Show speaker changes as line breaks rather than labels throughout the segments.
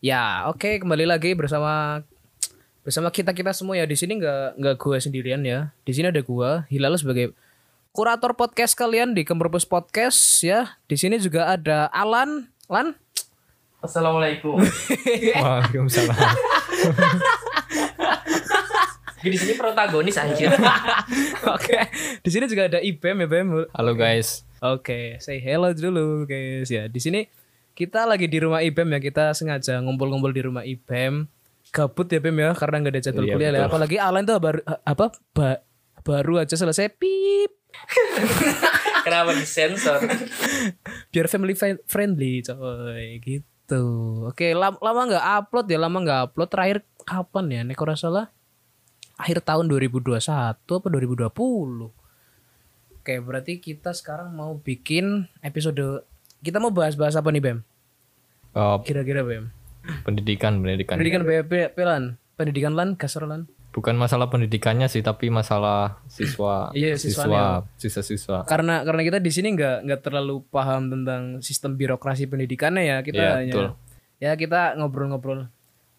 Ya, oke kembali lagi bersama bersama kita kita semua ya di sini nggak nggak gue sendirian ya. Di sini ada gue Hilal sebagai kurator podcast kalian di Kemperpus Podcast ya. Di sini juga ada Alan, Lan.
Assalamualaikum.
Waalaikumsalam.
Di sini protagonis anjir.
oke. Di sini juga ada Ibem ya Bem.
Halo guys.
Oke, say hello dulu guys ya. Di sini kita lagi di rumah IBEM ya. Kita sengaja ngumpul-ngumpul di rumah IBEM. Gabut ya Bem ya karena nggak ada jadwal
Iya,
kuliah ya.
betul.
Apalagi Alan tuh baru eh, apa ba- baru aja selesai pip
Kenapa disensor?
biar family fi- friendly coy gitu. Oke, lam- lama nggak upload ya, lama nggak upload. Terakhir kapan ya? Nek ora salah akhir tahun 2021 apa 2020. Oke, berarti kita sekarang mau bikin episode kita mau bahas-bahas apa nih, Bem?
Eh,
Kira-kira Bem.
pendidikan, pendidikan.
Pendidikan BP Pelan. Pendidikan Lan, Kasar Lan.
Bukan masalah pendidikannya sih, tapi masalah siswa,
Iya, siswanya.
siswa, siswa-siswa.
Karena karena kita di sini nggak nggak terlalu paham tentang sistem birokrasi pendidikannya ya kita
Iya,
hanya
betul.
ya kita ngobrol-ngobrol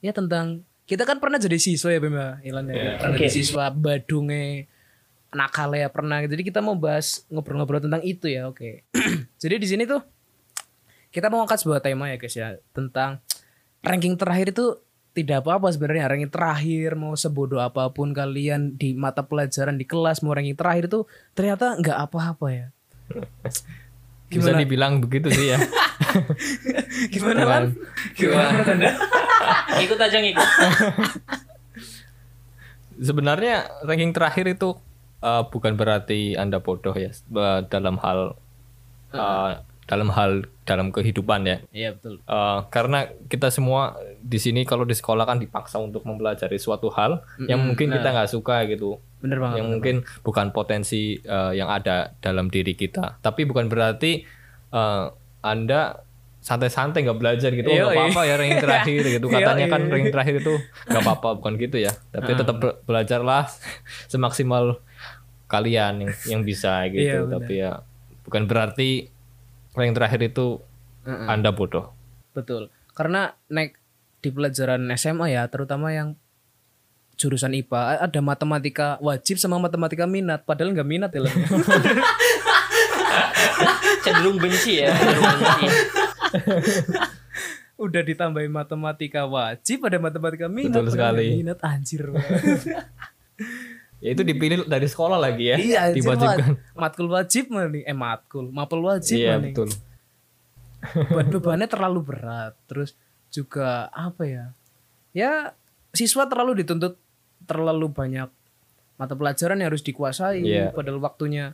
ya tentang kita kan pernah jadi siswa ya Bima Ilan
Iya.
ya pernah jadi siswa Badunge nakal ya pernah jadi kita mau bahas ngobrol-ngobrol tentang itu ya oke jadi di sini tuh kita mau angkat sebuah tema ya guys ya tentang ranking terakhir itu tidak apa-apa sebenarnya ranking terakhir mau sebodoh apapun kalian di mata pelajaran di kelas mau ranking terakhir itu ternyata nggak apa-apa ya
Bisa dibilang begitu sih ya.
gimana Lan? gimana Tanda?
Ikut aja ngikut.
Sebenarnya ranking terakhir itu eh, bukan berarti Anda bodoh ya eh, dalam hal eh, dalam hal dalam kehidupan ya.
iya betul
Eh, karena kita semua di sini kalau di sekolah kan dipaksa untuk mempelajari suatu hal yang mungkin kita nggak suka gitu.
bener banget
yang mungkin bukan potensi eh, yang ada dalam diri kita. Tapi bukan berarti eh, Anda santai-santai nggak belajar gitu. Oh, nggak
Yoi.
apa-apa ya ring terakhir gitu.
Yoi.
Katanya kan ring terakhir itu nggak apa-apa bukan gitu ya.
Ah.
Tapi tetap be- belajarlah semaksimal kalian yang, yang bisa
Iya,
gitu.
benar.
Tapi ya bukan berarti ring terakhir itu Anda bodoh.
Betul. Karena naik di pelajaran SMA ya, terutama yang jurusan IPA ada matematika wajib sama matematika minat, padahal nggak minat ya. Lan.
Cenderung benci ya. Cenderung benci.
Udah ditambahin matematika wajib ada matematika minat. padahal
Betul sekali.
nggak Minat anjir.
Ya itu dipilih dari sekolah lagi ya.
iya, anjir,
Diwajibkan.
waj- Matkul wajib mana nih? Eh matkul, mapel wajib
Iya,
mana nih?
betul.
Beban- bebannya terlalu berat. Terus juga apa ya? Ya siswa terlalu dituntut terlalu banyak mata pelajaran yang harus dikuasai
Iya.
padahal waktunya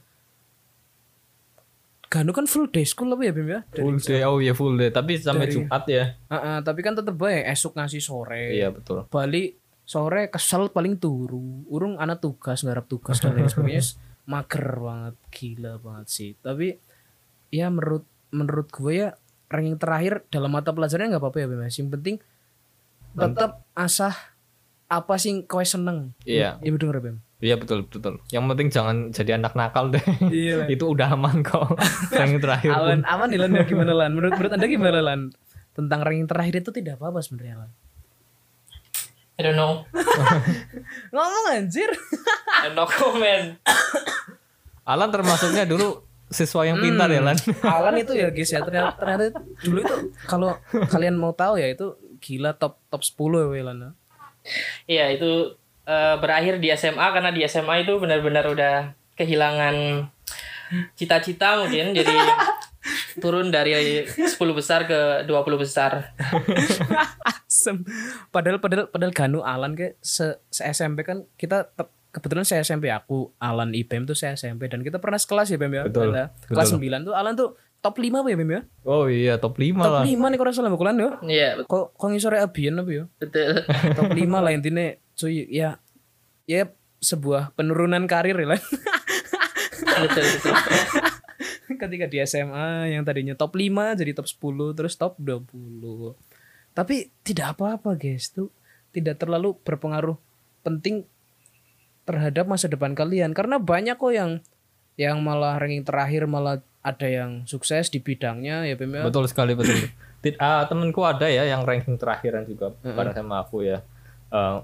Ganu kan full day school apa ya Bim ya? Dari-
Full day, oh ya full day. Tapi sampai Jumat ya.
Ah, ah, tapi kan tetep baik esok ngasih sore.
Iya betul.
Balik sore kesel paling turu. Urung anak tugas ngarep tugas dan lain sebagainya. Mager banget, gila banget sih. Tapi ya menurut menurut gue ya ranking terakhir dalam mata pelajarannya nggak apa-apa ya Bim. ya. Yang penting tetap asah apa sih yang kowe seneng.
Iya.
Iya betul nggak, Bim.
Iya betul betul. Yang penting jangan jadi anak nakal deh.
Iya.
Itu udah aman kok. Yang terakhir pun.
Alan, aman nih Lan ya gimana Lan? Menurut menurut Anda gimana Lan? Tentang ranking terakhir itu tidak apa-apa sebenarnya Lan.
I don't know.
Ngomong anjir.
No comment.
Alan termasuknya dulu siswa yang
Hmm.
pintar ya Lan.
Alan itu ya guys ya ternyata, ternyata dulu itu kalau kalian mau tahu ya itu gila top top 10 ya Alan.
Iya itu eh, berakhir di SMA karena di SMA itu benar-benar udah kehilangan cita-cita mungkin jadi turun dari 10 besar ke 20 besar.
Asem. Padahal padahal padahal Ganu Alan ke se, se- SMP kan kita tep- kebetulan saya SMP aku Alan IPM tuh saya SMP dan kita pernah sekelas ya Bem ya.
Betul,
Ada. Kelas 9 tuh Alan tuh top 5 apa ya Bem ya?
Oh iya top 5
Top
lah.
5 nih kalau salah bukulan ya.
Iya bet-
Kok kok ngisore abian apa ya?
betul.
Top 5 lah intinya cuy ya ya sebuah penurunan karir ya Lan.
Betul betul.
ketika di SMA yang tadinya top 5 jadi top 10 terus top 20. Tapi tidak apa-apa guys, tuh tidak terlalu berpengaruh penting terhadap masa depan kalian karena banyak kok yang yang malah ranking terakhir malah ada yang sukses di bidangnya ya Bim ya.
Betul sekali betul. tid- ah, temenku ada ya yang ranking terakhiran juga bareng sama aku ya. Eh,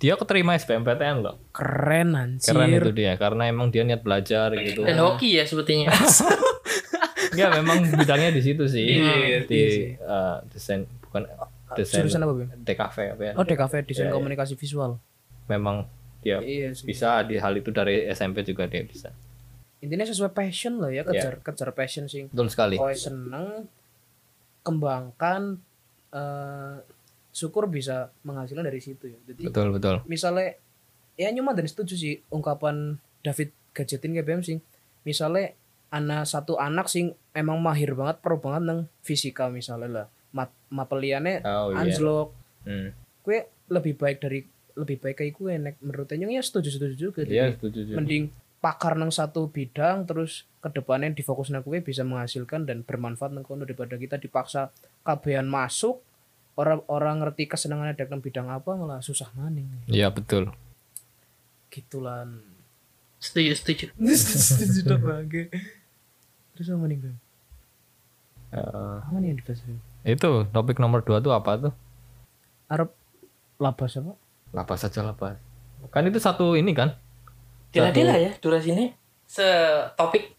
dia keterima SBMPTN loh.
Keren anjir.
Keren itu dia karena emang dia niat belajar gitu.
Dan hoki ya sepertinya.
Enggak, memang bidangnya di situ sih. di
iya sih. Ah,
eh, desain bukan desain
Jurusan apa, Bim?
TKV apa ya.
Oh, DKV desain komunikasi visual.
Memang dia
Iya sih.
bisa di hal itu dari SMP juga dia bisa.
Intinya sesuai passion loh ya, kejar kejar passion sih.
Betul sekali.
Kalau seneng kembangkan eh syukur bisa menghasilkan dari situ ya. Jadi
Betul, betul.
misalnya ya cuma dan setuju sih ungkapan David Gadgetin KBM sih misalnya anak satu anak sing emang mahir banget pro banget nang fisika misalnya lah mat mapeliane
Oh iya.
anjlok
Hmm.
kue lebih baik dari lebih baik kayak kue nek menurut Enyong ya setuju setuju juga Jadi,
Iya, setuju. setuju.
mending pakar nang satu bidang terus kedepannya difokus nang kue bisa menghasilkan dan bermanfaat nang kono daripada kita dipaksa kabehan masuk orang-orang ngerti kesenangannya dalam bidang apa malah susah maning
Iya, betul.
gitulah
setuju, setuju.
sudah bangke terus apa nih bang
Eh,
apa nih yang dibahas Bang?
itu topik nomor dua tuh apa tuh?
Arab labas apa
Lapas saja lapas. Kan itu satu ini kan?
Dila-dila ya durasinya. Setopik.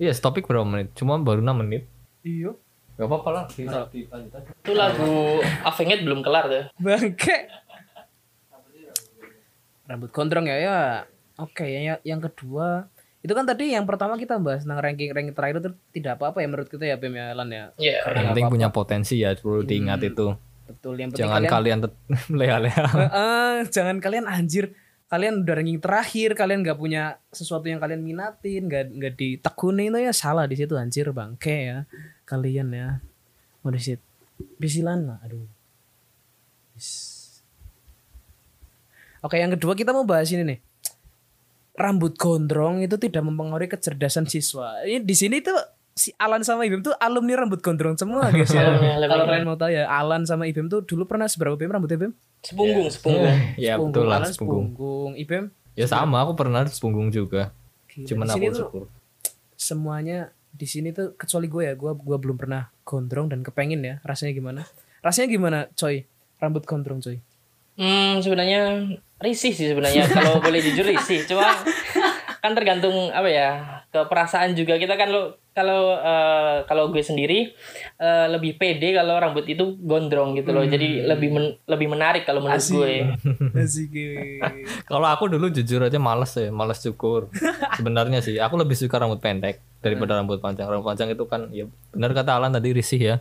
Iya, topik berapa menit? Cuma baru 6 menit.
iya
Gak apa-apa lah, bisa dilanjut aja.
Itu lagu Avenget belum kelar tuh.
bangke rambut gondrong ya ya oke ya, ya- yang kedua itu kan tadi yang pertama kita bahas tentang ranking ranking terakhir itu tidak apa apa ya menurut kita ya Bim ya Lan ya
Iya.
Yang penting punya potensi ya, perlu
Hmm.
diingat itu.
betul yang penting
Jangan kalian tet- leha-leha.
Eh, eh, jangan kalian anjir kalian udah ranking terakhir kalian nggak punya sesuatu yang kalian minatin nggak nggak ditekuni itu ya salah di situ anjir bangke ya kalian ya mau shit bisilan lah aduh Bis. oke yang kedua kita mau bahas ini nih rambut gondrong itu tidak mempengaruhi kecerdasan siswa ini di sini tuh si Alan sama Ibim tuh alumni rambut gondrong semua guys ya
Alumni, alumni.
kalau kalian mau tahu ya Alan sama Ibim tuh dulu pernah seberapa Bim rambutnya Bim
Sepunggung, sepunggung.
ya betul lah,
Alan
sepunggung.
sepunggung. Ibem
Ya sama, aku pernah sepunggung juga.
Gila,
Cuman
di
aku
sini tuh
syukur.
semuanya di sini tuh kecuali gue ya, gue gue belum pernah gondrong dan kepengin ya. Rasanya gimana? Rasanya gimana, coy? Rambut gondrong, coy.
Hmm, sebenarnya risih sih sebenarnya kalau boleh jujur risih. Cuma kan tergantung apa ya ke perasaan juga kita kan lo kalau eh, kalau gue sendiri eh, lebih pede kalau rambut itu gondrong gitu loh. Jadi lebih men- lebih menarik kalau menurut gue.
Asik. eh.
Kalau aku dulu jujur aja males ya, males syukur. Sebenarnya sih, aku lebih suka rambut pendek daripada rambut panjang. Rambut panjang itu kan, ya benar kata Alan tadi risih ya.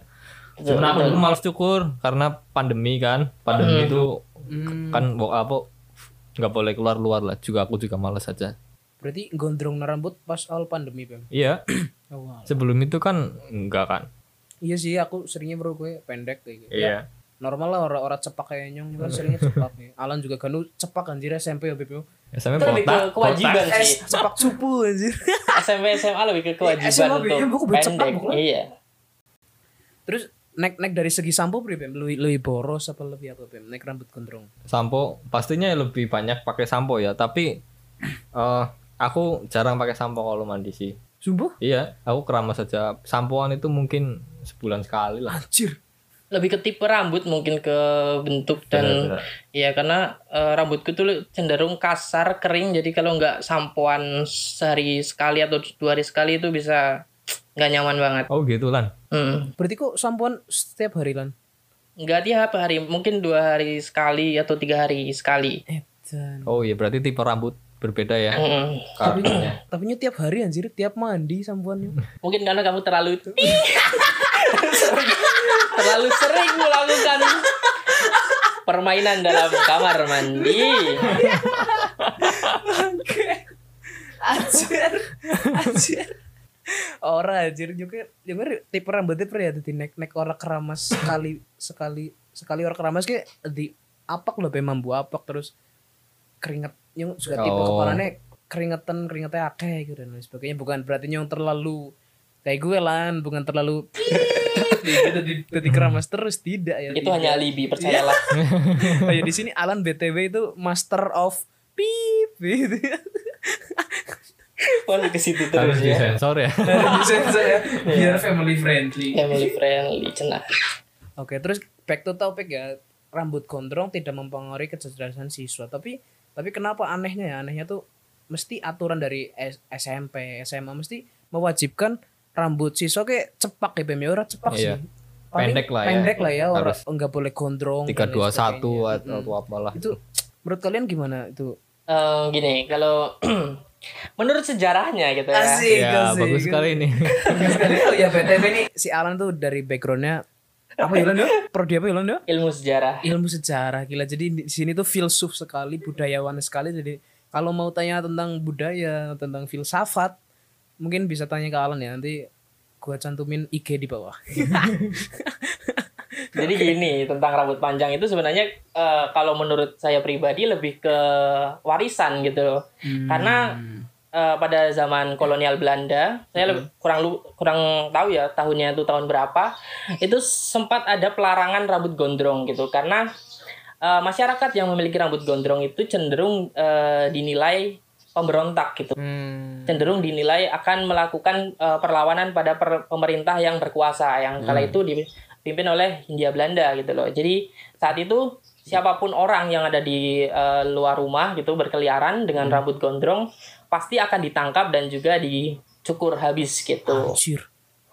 Cuman aku dulu males syukur karena pandemi kan, pandemi itu kan wo- apa nggak boleh keluar luar lah. Juga aku juga males aja.
Berarti gondrong na rambut pas awal pandemi, Bang.
Iya,
Oh, wow.
sebelum itu kan enggak kan.
Iya sih, aku seringnya bro gue pendek kayak gitu.
Iya.
Normal lah orang-orang cepak kayak nyong kan seringnya cepak nih. Alan juga ganu cepak anjir SMP ya, Bim.
SMP
Itu lebih ke
botak,
kewajiban
botak.
sih.
Cepak cupu anjir.
SMP SMA lebih ke kewajiban
SMA,
untuk
iya, buku baca
pendek.
buku.
Iya.
Terus nek nek dari segi sampo pri Bim, lebih lebih boros apa lebih apa Bim? Nek rambut gondrong.
Sampo pastinya lebih banyak pakai sampo ya, tapi eh aku jarang pakai sampo kalau mandi sih.
Sumpah?
Iya, aku keramas saja. Sampoan itu mungkin sebulan sekali lah.
Anjir.
Lebih ke tipe rambut mungkin ke bentuk dan
Benar-benar.
Iya karena eh, rambutku tuh cenderung kasar kering jadi kalau nggak sampoan sehari sekali atau dua hari sekali itu bisa nggak nyaman banget.
Oh gitu lan.
Hmm.
Berarti kok sampoan setiap hari lan?
Nggak tiap hari mungkin dua hari sekali atau tiga hari sekali.
Edan.
Oh iya berarti tipe rambut berbeda ya.
Mm-mm.
Tapi tapi nyu tiap hari anjir, tiap mandi sampoannya.
Mungkin karena kamu terlalu terlalu sering melakukan permainan dalam kamar mandi.
anjir. Anjir. Ora anjir juga juga tipe rambutnya pri ya di nek nek ora keramas sekali sekali sekali ora keramas kayak di apak loh Bim, mambu apak terus keringet yang juga tipe
Oh.
kepalanya keringetan keringetnya akeh gitu dan lain sebagainya bukan berarti yang terlalu kayak gue lan bukan terlalu gitu di, di keramas terus tidak ya
Itu hanya alibi percayalah.
Iya. Kayak di sini Alan BTW itu master of pip gitu.
Waduh ke situ
Harus
terus ya.
disensor ya.
Disensor ya, biar family friendly.
Family friendly cenah.
Oke, terus back to topic ya. Rambut gondrong tidak mempengaruhi kecerdasan siswa, tapi tapi kenapa anehnya ya? Anehnya tuh mesti aturan dari S- SMP, SMA mesti mewajibkan rambut siswa kayak cepak ya Bem ya, ora cepak
Iya.
sih.
Pendek lah ya.
Pendek lah ya, ora
Harus.
enggak boleh gondrong. dan
Tiga
lain
dua
sebagainya.
satu atau apalah.
Itu menurut kalian gimana itu?
Eh, gini, kalau menurut sejarahnya gitu ya.
Iya
Ya bagus sekali ini.
Bagus sekali. Oh ya BTW ini si Alan tuh dari backgroundnya apa Yulan ya? Prodi apa Yulan ya?
Ilmu sejarah.
ilmu sejarah gila jadi di sini tuh filsuf sekali budayawan sekali jadi kalau mau tanya tentang budaya tentang filsafat mungkin bisa tanya ke Alan ya nanti gua cantumin IG di bawah
Jadi gini, tentang rambut panjang itu sebenarnya eh, kalau menurut saya pribadi lebih ke warisan gitu loh. Karena eh, pada zaman kolonial Belanda, saya lebih- kurang lu- kurang tahu ya tahunnya itu tahun berapa, itu sempat ada pelarangan rambut gondrong gitu karena eh, masyarakat yang memiliki rambut gondrong itu cenderung eh, dinilai pemberontak gitu.
Hmm.
cenderung dinilai akan melakukan eh, perlawanan pada per- pemerintah yang berkuasa yang kala itu dipimpin oleh Hindia Belanda gitu loh. Jadi saat itu siapapun orang yang ada di eh, luar rumah gitu berkeliaran dengan rambut gondrong pasti akan ditangkap dan juga dicukur habis gitu.
Anjir.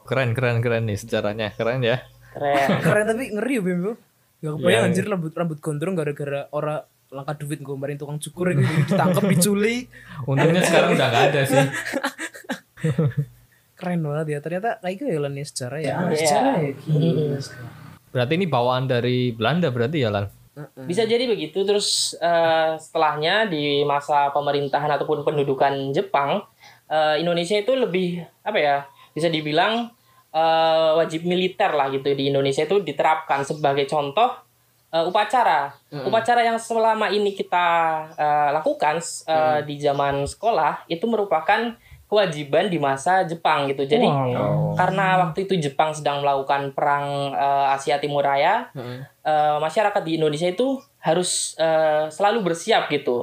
Keren keren keren nih sejarahnya keren ya.
Keren.
keren tapi ngeri ya Bim ya. gak kebayang
Iya.
anjir rambut rambut gondrong gara-gara orang langka duit ngombarin tukang cukur gitu ditangkap diculik
Untungnya sekarang udah nggak ada sih.
keren banget ya ternyata kayak gitu ya Lan ya sejarah ya
Iya.
ya
Mm-mm.
Berarti ini bawaan dari Belanda berarti ya Lan.
Bisa jadi begitu terus eh, setelahnya di masa pemerintahan ataupun pendudukan Jepang eh, Indonesia itu lebih apa ya bisa dibilang eh, wajib militer lah gitu di Indonesia itu diterapkan sebagai contoh eh, upacara upacara yang selama ini kita eh, lakukan eh, di zaman sekolah itu merupakan kewajiban di masa Jepang gitu jadi karena waktu itu Jepang sedang melakukan perang eh, Asia Timur Raya eh, masyarakat di Indonesia itu harus eh, selalu bersiap gitu.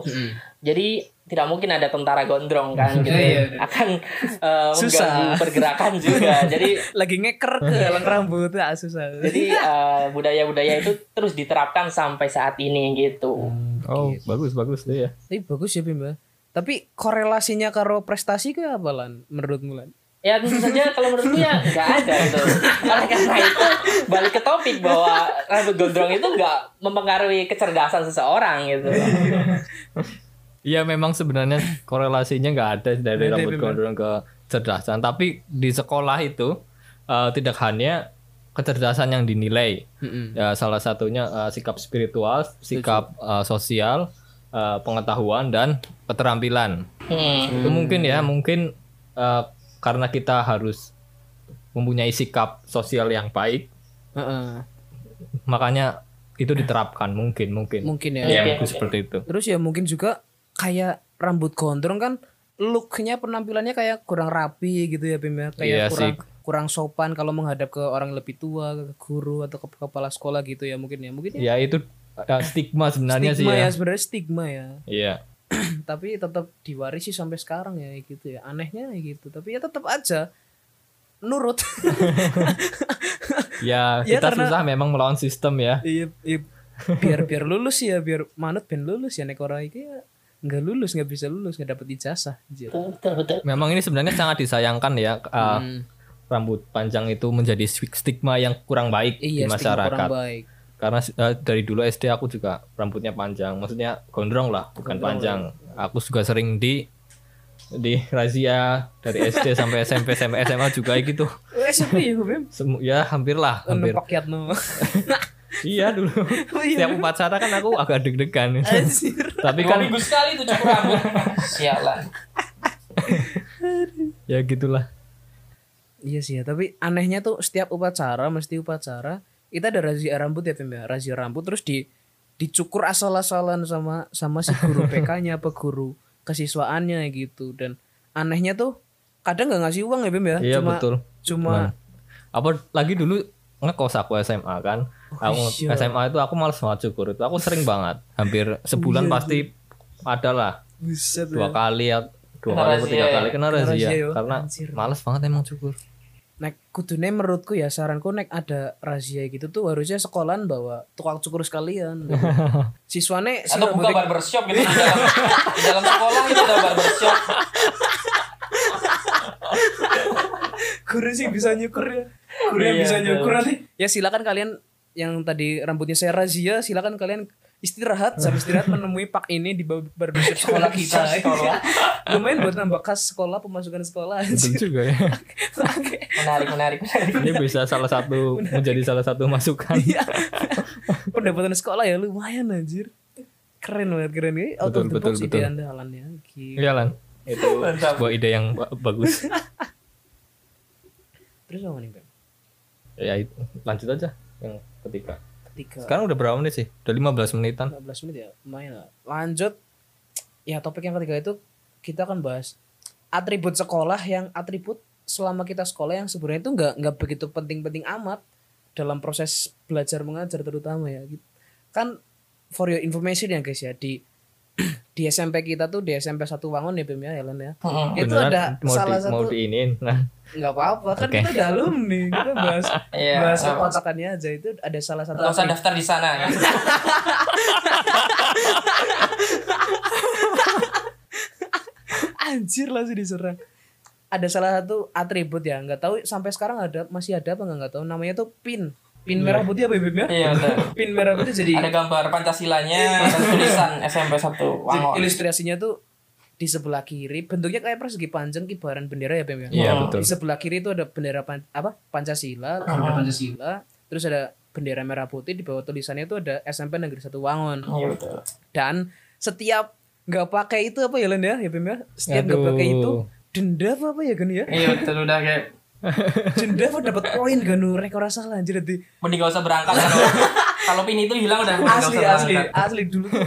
Jadi tidak mungkin ada tentara gondrong kan gitu.
Iya, iya.
Akan eh,
Susah.
mengganggu pergerakan juga. Jadi
lagi ngeker ke lang rambut ah susah
jadi eh, budaya-budaya itu terus diterapkan sampai saat ini gitu.
Oh bagus bagus deh ya.
Tapi bagus ya Bimba. Tapi korelasinya karo prestasi ke apa lan? Menurutmu lan?
Ya tentu saja kalau menurutku ya nggak ada gitu. Oleh karena itu balik ke topik bahwa rambut gondrong itu nggak mempengaruhi kecerdasan seseorang gitu.
Iya memang sebenarnya korelasinya nggak ada
Nggak
dari
ada,
rambut
bener.
gondrong ke kecerdasan. Tapi di sekolah itu eh, tidak hanya kecerdasan yang dinilai. Ya, salah satunya eh, sikap spiritual, sikap eh, sosial, eh, pengetahuan dan keterampilan.
Hmm.
Itu mungkin ya mungkin eh, karena kita harus mempunyai sikap sosial yang baik,
Heeh.
makanya itu diterapkan mungkin mungkin.
Mungkin ya.
Ya,
Oke,
mungkin
oke.
seperti itu.
Terus ya mungkin juga kayak rambut gondrong kan looknya penampilannya kayak kurang rapi gitu ya Bimba. Kayak
Iya
kurang
sih.
kurang sopan kalau menghadap ke orang lebih tua, ke guru atau ke kepala sekolah gitu ya mungkin ya. Mungkin ya
Ya itu eh, stigma sebenarnya
stigma ya
sih ya.
sebenarnya stigma ya.
Iya.
tapi tetap diwarisi sampai sekarang ya gitu ya. Anehnya ya gitu. Tapi ya tetap aja nurut.
Ya,
Ya,
kita
karena-
susah memang melawan sistem ya.
iya iya biar biar lulus ya biar manut ben lulus ya nek ora iki ya nggak lulus nggak bisa lulus nggak dapet ijazah anjir.
Oh.
Betul
Ya.
betul.
Memang ini sebenarnya sangat disayangkan ya
Hmm.
uh, rambut panjang itu menjadi stig- stigma yang kurang baik
iya stigma
di
kurang
masyarakat.
baik
Karena uh, dari dulu SD aku juga rambutnya panjang, maksudnya gondrong lah, bukan panjang. Aku juga sering di di razia dari SD sampai SMP sampai SMA juga gitu.
wes sepi ya gue Bim.
Semu- ya hampir lah, hampir.
Nempak yatno.
iya dulu.
Oh iya,
Setiap upacara kan aku agak deg-degan.
Anjir.
Tapi
Dua
kan
minggu sekali tuh cukur rambut. Sialan.
ya gitulah.
Iya sih ya, tapi anehnya tuh setiap upacara mesti upacara kita ada razia rambut ya Tim ya, razia rambut terus di dicukur asal-asalan sama sama si guru PK-nya apa guru kesiswaannya gitu dan anehnya tuh kadang nggak ngasih uang ya Bim ya
Iya,
cuma
betul.
cuma
Nah, apa lagi dulu ngekos aku SMA kan aku
iya. Oh,
SMA itu aku males banget
iya.
cukur itu aku sering banget hampir sebulan pasti ada lah
buset
dua kali ya dua
Kena
kali atau
razia
tiga
ya.
kali kena
Kena
razia
razia, yo.
karena
Anjir.
malas banget emang cukur
Nek kudune menurutku ya saranku nek ada razia gitu tuh harusnya sekolahan bawa tukang cukur sekalian. Siswane si
atau buka
rambutnya-
barbershop gitu di dalam, di dalam sekolah itu ada barbershop
guru sih bisa nyukur ya. Guru
Iya, betul.
nanti. Ya silakan kalian yang tadi rambutnya saya razia, silakan kalian istirahat sambil istirahat menemui pak ini di bar- barbershop sekolah kita.
Sekolah.
Lumayan buat nambah kas sekolah, pemasukan sekolah.
Betul
anjir.
juga ya
Oke.
menarik menarik menarik
ini bisa salah satu menjadi salah satu masukan
Iya. Pendapatan sekolah ya lumayan anjir. Keren banget keren ini out of
Betul,
the
betul,
box ide
betul.
andalannya. Gila.
Iya Lan itu
Mantap.
sebuah ide yang ba- bagus
Terus apa nih, Bang?
ya itu. lanjut aja yang ketiga
Ketiga.
sekarang udah berapa menit sih udah 15 menitan
15 menit ya lumayan lah lanjut ya topik yang ketiga itu kita akan bahas atribut sekolah yang atribut selama kita sekolah yang sebenarnya itu nggak nggak begitu penting-penting amat dalam proses belajar mengajar terutama ya kan for your information ya guys ya di di SMP kita tuh di SMP satu Wangun ya Bim ya Helen ya
Hmm.
itu
Beneran
ada
mau
salah
di, mau
satu
diinin nah
nggak apa-apa kan
Oke.
kita kita dalam nih kita bahas
Iya,
bahas
nggak apa-apa.
kekocakannya aja itu ada salah satu
nggak usah daftar di sana ya.
Anjir langsung diserang. Ada salah satu atribut ya, nggak tahu sampai sekarang ada masih ada apa nggak nggak tahu. Namanya tuh pin. Pin merah putih apa ya, Beb, ya?
Iya, betul.
Pin merah putih jadi
ada gambar pancasilanya ada tulisan SMP satu
jadi
Wangon
ilustrasinya tuh di sebelah kiri bentuknya kayak persegi panjang kibaran bendera ya Beb ya.
Iya,
Nah,
betul. Ah.
Di sebelah kiri itu ada bendera pan- apa? Pancasila, bendera Pancasila, terus ada bendera merah putih di bawah tulisannya itu ada SMP Negeri Satu Wangun.
iya betul
dan setiap nggak pakai itu apa ya Len ya ya Bim ya setiap nggak
Aduh.
pakai itu denda apa apa ya kan ya
iya betul udah kayak
denda apa dapat poin kan nu rek ora salah anjir di
mending gak usah berangkat kalau kalau pin itu hilang udah mending nggak
asli
usah
asli
berangkat.
asli dulu tuh-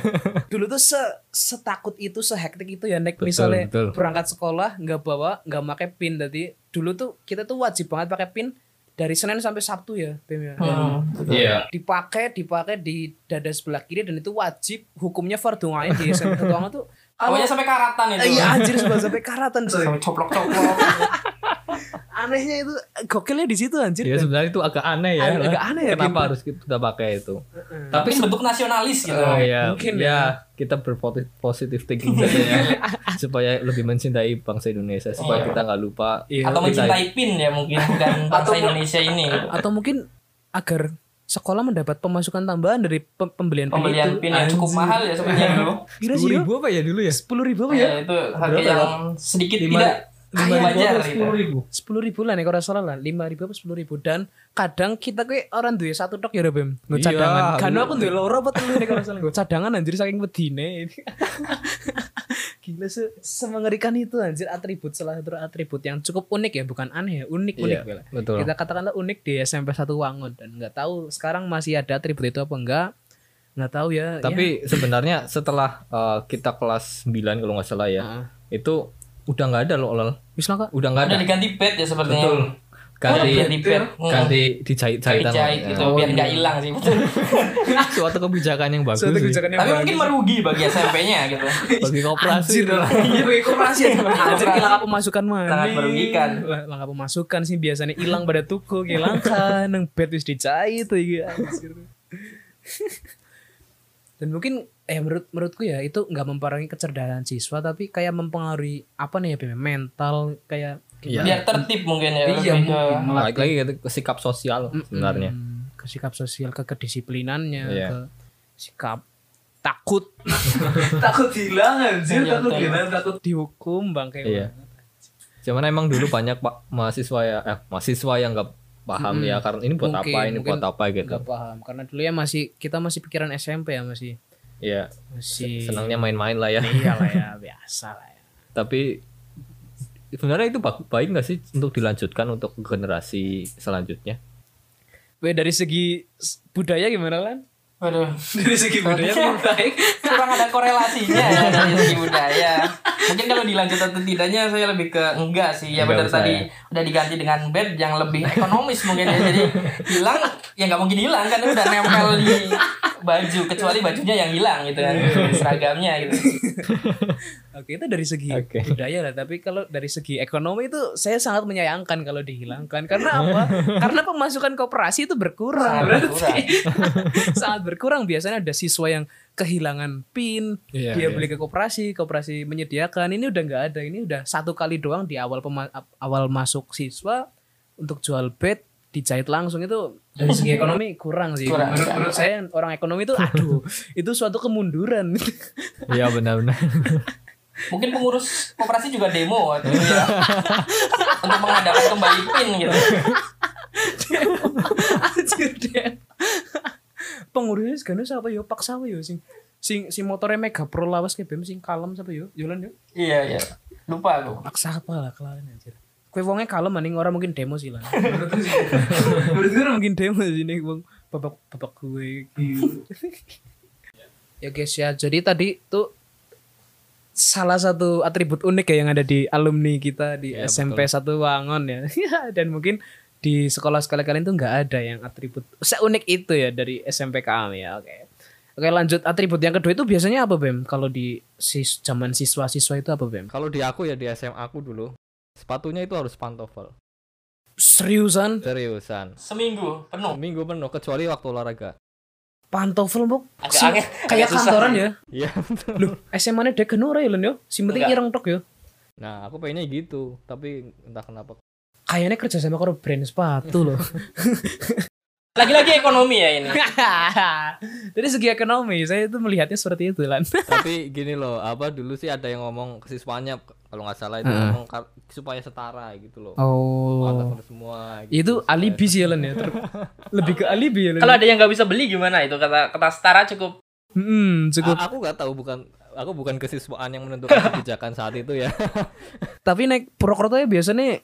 dulu tuh se setakut itu sehektik itu ya nek
Betul,
misalnya
betul.
berangkat sekolah nggak bawa nggak pakai pin tadi dulu tuh kita tuh wajib banget pakai pin dari Senin sampai Sabtu ya Bim ya
Hmm, betul.
iya
dipakai dipakai di dada sebelah kiri dan itu wajib hukumnya fardu ain di SMP satu Angkatan tuh
Pokoknya sampai karatan itu.
iya anjir sumpah, sampai karatan coy
Sampai coplok-coplok.
anehnya itu gokilnya di situ anjir
ya sebenarnya itu agak aneh ya
Agak- agak aneh ya,
kenapa
Kim?
harus kita pakai itu
Tapi bentuk nasionalis gitu.
Oh ya,
Mungkin
ya. kita berpositif positive thinking saja ya. supaya lebih mencintai bangsa Indonesia supaya
Iya.
kita nggak lupa
Iya.
Atau
kita-
mencintai pin ya mungkin bukan bangsa Indonesia ini.
atau mungkin agar sekolah mendapat pemasukan tambahan dari pe- pembelian pin
Pembelian
itu.
pin yang cukup mahal ya sebenarnya dulu.
Gila sih,
10
yo.
ribu apa ya dulu ya?
10 ribu apa ya
Ya, itu harga
Berapa ya?
yang sedikit
Lima-
tidak
Lima ribu
wajar
atau
gitu.
10 ribu?
10 ribu lah nih kalau nggak salah lah 5 ribu apa 10 ribu dan kadang kita kayak orang duit satu tok ya udah bem gue
Iya,
cadangan
bener.
karena aku duit loro apa telu nih kalau nggak salah gue cadangan anjir saking bedine ini gila se semengerikan itu anjir atribut salah satu atribut yang cukup unik ya bukan aneh ya unik unik
Iya,
bela.
betul.
kita katakanlah unik di SMP 1 Wangun dan nggak tahu sekarang masih ada atribut itu apa enggak nggak tahu ya
Tapi sebenarnya setelah eh, kita kelas 9 kalau nggak salah ya,
Heeh.
itu udah nggak ada loh, Lol.
ya. wis lah, Kak.
Udah nggak ada.
Udah diganti pad ya sepertinya.
Betul. Ganti
Udah Ganti pad.
ganti dijahit-jahitan. Iya.
Dijahit
Ya.
gitu biar nggak hilang sih betul.
Suatu kebijakan yang bagus.
Suatu
sih.
kebijakan yang
Tapi
bagus.
mungkin merugi bagi SMP-nya gitu.
bagi koperasi
Anjir,
itu lah.
Iya, bagi koperasi ya. Anjir, kayak langkah pemasukan mana?
Sangat merugikan.
Lah, Langkah pemasukan sih biasanya hilang pada tuku, kayak langkah nang bed wis dicait tuh iya, anjir. Dan mungkin eh menurut menurutku ya itu nggak mempengaruhi kecerdasan siswa tapi kayak mempengaruhi apa nih ya Bim? mental kayak
Iya.
gimana?
Biar tertib mungkin ya.
Iya,
lebih ke-
mungkin.
Balik Nah, lagi ke sikap sosial sebenarnya.
Hmm, ke sikap sosial ke kedisiplinannya
Iya.
ke sikap takut takut hilang anjir
Iya, takut betul. hilang,
takut dihukum bang kayak gitu.
Iya. Cuman emang dulu banyak pak mahasiswa ya, eh mahasiswa yang nggak paham ya karena ini buat
Mungkin,
apa, ini
mungkin
buat apa gitu.
nggak paham karena dulu ya masih kita masih pikiran SMP ya masih
Iya,
masih
senangnya main-main lah ya.
iya lah ya biasa lah ya
Tapi sebenarnya itu ba- baik nggak sih untuk dilanjutkan untuk generasi selanjutnya?
Weh, dari segi s- budaya gimana lan
Waduh.
dari segi budaya belum baik
kurang ada korelasinya
Iya,
ya dari segi budaya. Mungkin kalau dilanjut atau tidaknya saya lebih ke enggak sih. Ya benar
Enggak usah
tadi udah diganti dengan bed yang lebih ekonomis mungkin ya. Jadi hilang ya nggak mungkin hilang kan udah nempel di baju kecuali bajunya yang hilang gitu kan seragamnya gitu
Oke itu dari segi
Oke.
budaya lah, tapi kalau dari segi ekonomi itu saya sangat menyayangkan kalau dihilangkan karena apa? karena pemasukan koperasi itu berkurang.
Sangat
berarti. sangat berkurang biasanya ada siswa yang kehilangan pin,
Iya,
dia
iya.
beli ke koperasi, koperasi menyediakan. Ini udah nggak ada, ini udah satu kali doang di awal pema- awal masuk siswa untuk jual bed dijahit langsung itu dari segi ekonomi kurang sih.
Kurang.
Menurut, menurut saya orang ekonomi itu aduh, itu suatu kemunduran.
Iya benar-benar.
mungkin pengurus koperasi juga demo waktu itu ya untuk mengadakan kembali pin gitu
Anjir deh. Pengurusnya segana siapa yo? Pak siapa yo sing sing sing motornya Mega Pro lawas ke BM sing kalem siapa yo? Yolan yo.
iya iya lupa aku
Pak siapa lah kelawan anjir. Kue wongnya kalem maning orang mungkin demo sih lah. Berarti orang mungkin demo sih nih bang. Bapak bapak gue. ya guys ya. Jadi tadi tuh salah satu atribut unik ya yang ada di alumni kita di
Ya,
SMP satu Wangon ya. Dan mungkin di sekolah-sekolah kalian tuh nggak ada yang atribut seunik itu ya dari SMP kami ya. Oke. Oke lanjut atribut yang kedua itu biasanya apa Bem? Kalau di sis- zaman siswa-siswa itu apa Bem?
Kalau di aku ya di SMA aku dulu sepatunya itu harus pantofel.
Seriusan?
Seriusan.
seminggu penuh
Minggu penuh kecuali waktu olahraga.
pantofel mbok
Agak
Si-
aneh,
kayak
agak susah.
kantoran ya
Iya betul.
loh SMA nya deken ora ya Len ya sing penting
Enggak.
ireng tok ya
Nah aku pengennya gitu tapi entah kenapa.
kayaknya kerja sama karo brand sepatu loh
lagi-lagi ekonomi ya ini
dari segi ekonomi saya itu melihatnya seperti itu lan
tapi gini loh apa dulu sih ada yang ngomong ke siswanya kalau nggak salah itu
Heeh.
ngomong kar- supaya setara gitu loh.
oh
Pantofel semua. Gitu.
itu
Supaya-
alibi sih ya Len ya Ter- lebih ke alibi ya Len
kalau ada yang nggak bisa beli gimana itu kata kata setara cukup
Hmm, cukup
A- aku nggak tahu bukan aku bukan kesiswaan yang menentukan kebijakan saat itu ya.
tapi naik Purwokerto ya biasanya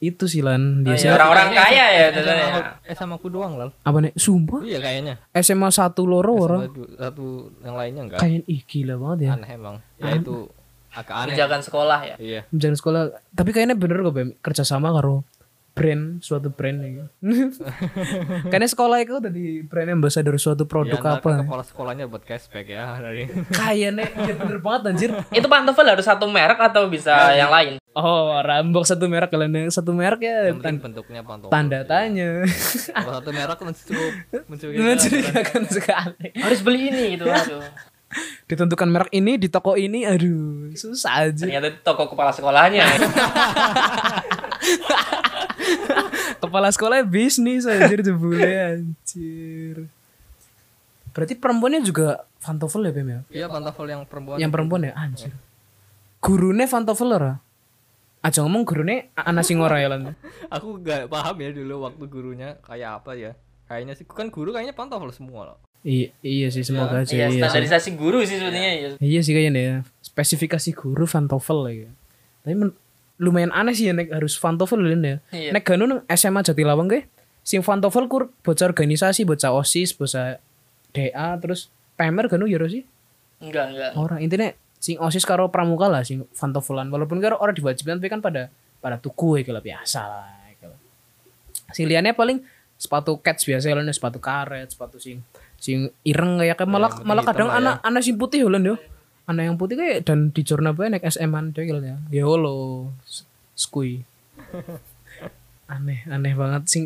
itu sih lan
Oh, iya,
biasanya
orang-orang kaya ya itu
SMA
ya.
aku, SMA eh, aku doang lah.
apa nih sumpah
Iya kayaknya.
SMA satu loro orang
Satu, satu yang lainnya enggak.
kayak ih gila banget ya
Aneh emang. Ya itu agak aneh.
kebijakan sekolah ya
Iya.
Jangan sekolah. Tapi kayaknya bener kok Bem, kerjasama karo brand suatu brand ya. kayaknya sekolah itu tadi brand ambassador suatu produk
Ya, ntar
apa.
kan kepala sekolahnya buat cashback ya dari
Kayaknya iya bener banget anjir.
itu pantofel harus satu merek atau bisa yang lain
Oh, rambok satu merek kalian satu merek ya
yang penting bentuknya pantofel.
tanda tanya.
Kalau satu merek mencukup
Ah.
mencuri.
Mencurigakan sekali.
harus beli ini gitu aduh.
Ditentukan merek ini di toko ini aduh, susah aja.
ternyata itu toko kepala sekolahnya
Kepala sekolahnya bisnis anjir jebule anjir. Berarti perempuannya juga pantofel ya Bem ya?
Iya pantofel yang perempuan.
yang perempuan ya anjir gurune Fantovel ora aja ngomong gurune ana sing ora ya lan
Aku nggak paham ya dulu waktu gurunya kayak apa ya. Kayaknya sih kan guru kayaknya pantofel semua loh.
I- iya sih semoga aja iya,
ya
sih.
standarisasi guru sih sebetulnya ya.
Iya sih kayaknya ya spesifikasi guru Fantovel lagi tapi men- lumayan aneh sih ya nek harus Fantovel lho, Lan, ya
Iya.
nek ganu nang SMA Jatilawang ke sing Fantovel kur bocah organisasi bocah OSIS bocah DA terus Pemer ganu ya ora sih
enggak enggak
orang intinya sing osis karo pramuka lah sing fantovelan walaupun karo orang diwajibkan tapi kan pada pada tuku ya kalau biasa lah kalau si liane paling sepatu cats biasa lah sepatu karet sepatu sing sing ireng kayak kayak malah malah kadang anak anak sing putih lah yo anak yang putih kayak dan di jurna bae nek SM an dia ya ya lo skui aneh aneh banget sing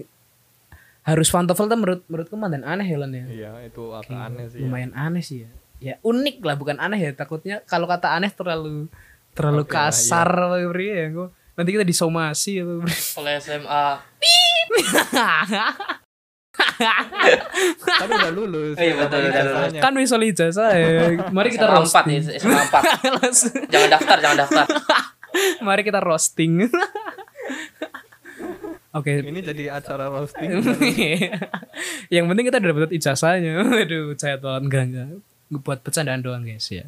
harus fantovel tuh menurut menurutku mandan aneh ya Lan, ya
Iya itu agak aneh sih.
lumayan aneh sih ya ya unik lah bukan aneh ya takutnya kalau kata aneh terlalu terlalu kasar apa gitu ya gua nanti kita disomasi apa gitu.
oleh SMA
Kan udah lulus.
Iya, betul,
Apalagi
udah lulus.
jasanya.
kan misal ijazah ya mari kita
SMA empat
roasting
ya SMA empat
Langsung.
jangan daftar jangan daftar
mari kita roasting oke
Ini jadi acara roasting.
yang penting kita udah dapat ijazahnya aduh saya tolong enggak enggak buat bercandaan doang guys ya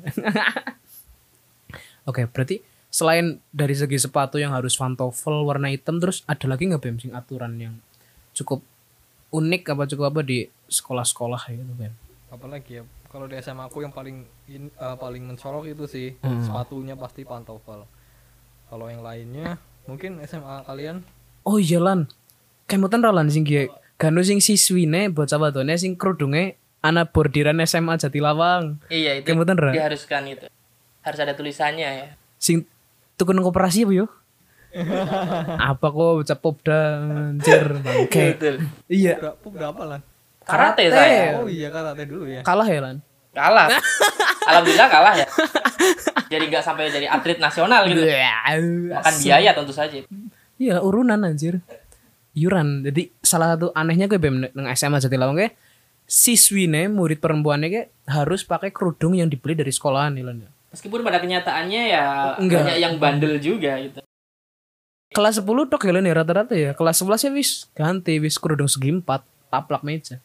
oke berarti selain dari segi sepatu yang harus pantofel warna hitam terus ada lagi nggak Bem, sing aturan yang cukup unik apa cukup apa di sekolah-sekolah gitu Bem?
Apalagi ya kalau di SMA aku yang paling in- eh, paling mencolok itu sih
Hmm.
sepatunya pasti pantofel. Kalau yang lainnya mungkin SMA kalian
oh iya lan kemutan ra lan sing gie ganu sing siswine bocah wadone sing kerudunge anak bordiran SMA Jatilawang.
Iya itu
Kemudian Ra.
diharuskan itu. Harus ada tulisannya ya.
Sing tukun koperasi apa yo? apa kok cepop dan anjir bangke. Iya.
Berapa, berapa lan?
Karate saya.
Oh iya karate dulu ya.
Kalah ya Lan.
Kalah. Alhamdulillah kalah ya. Jadi nggak sampai jadi atlet nasional gitu. Makan biaya tentu saja.
Iya urunan anjir. Yuran. Jadi salah satu anehnya gue bem neng SMA Jatilawang kayak siswine murid perempuannya kayak harus pakai kerudung yang dibeli dari sekolahan nih Lan. ya.
Meskipun pada kenyataannya ya
Enggak.
banyak yang bandel juga gitu.
Kelas 10 tok ya Lan ya rata-rata ya. Kelas 11 ya wis ganti wis kerudung segi empat taplak meja.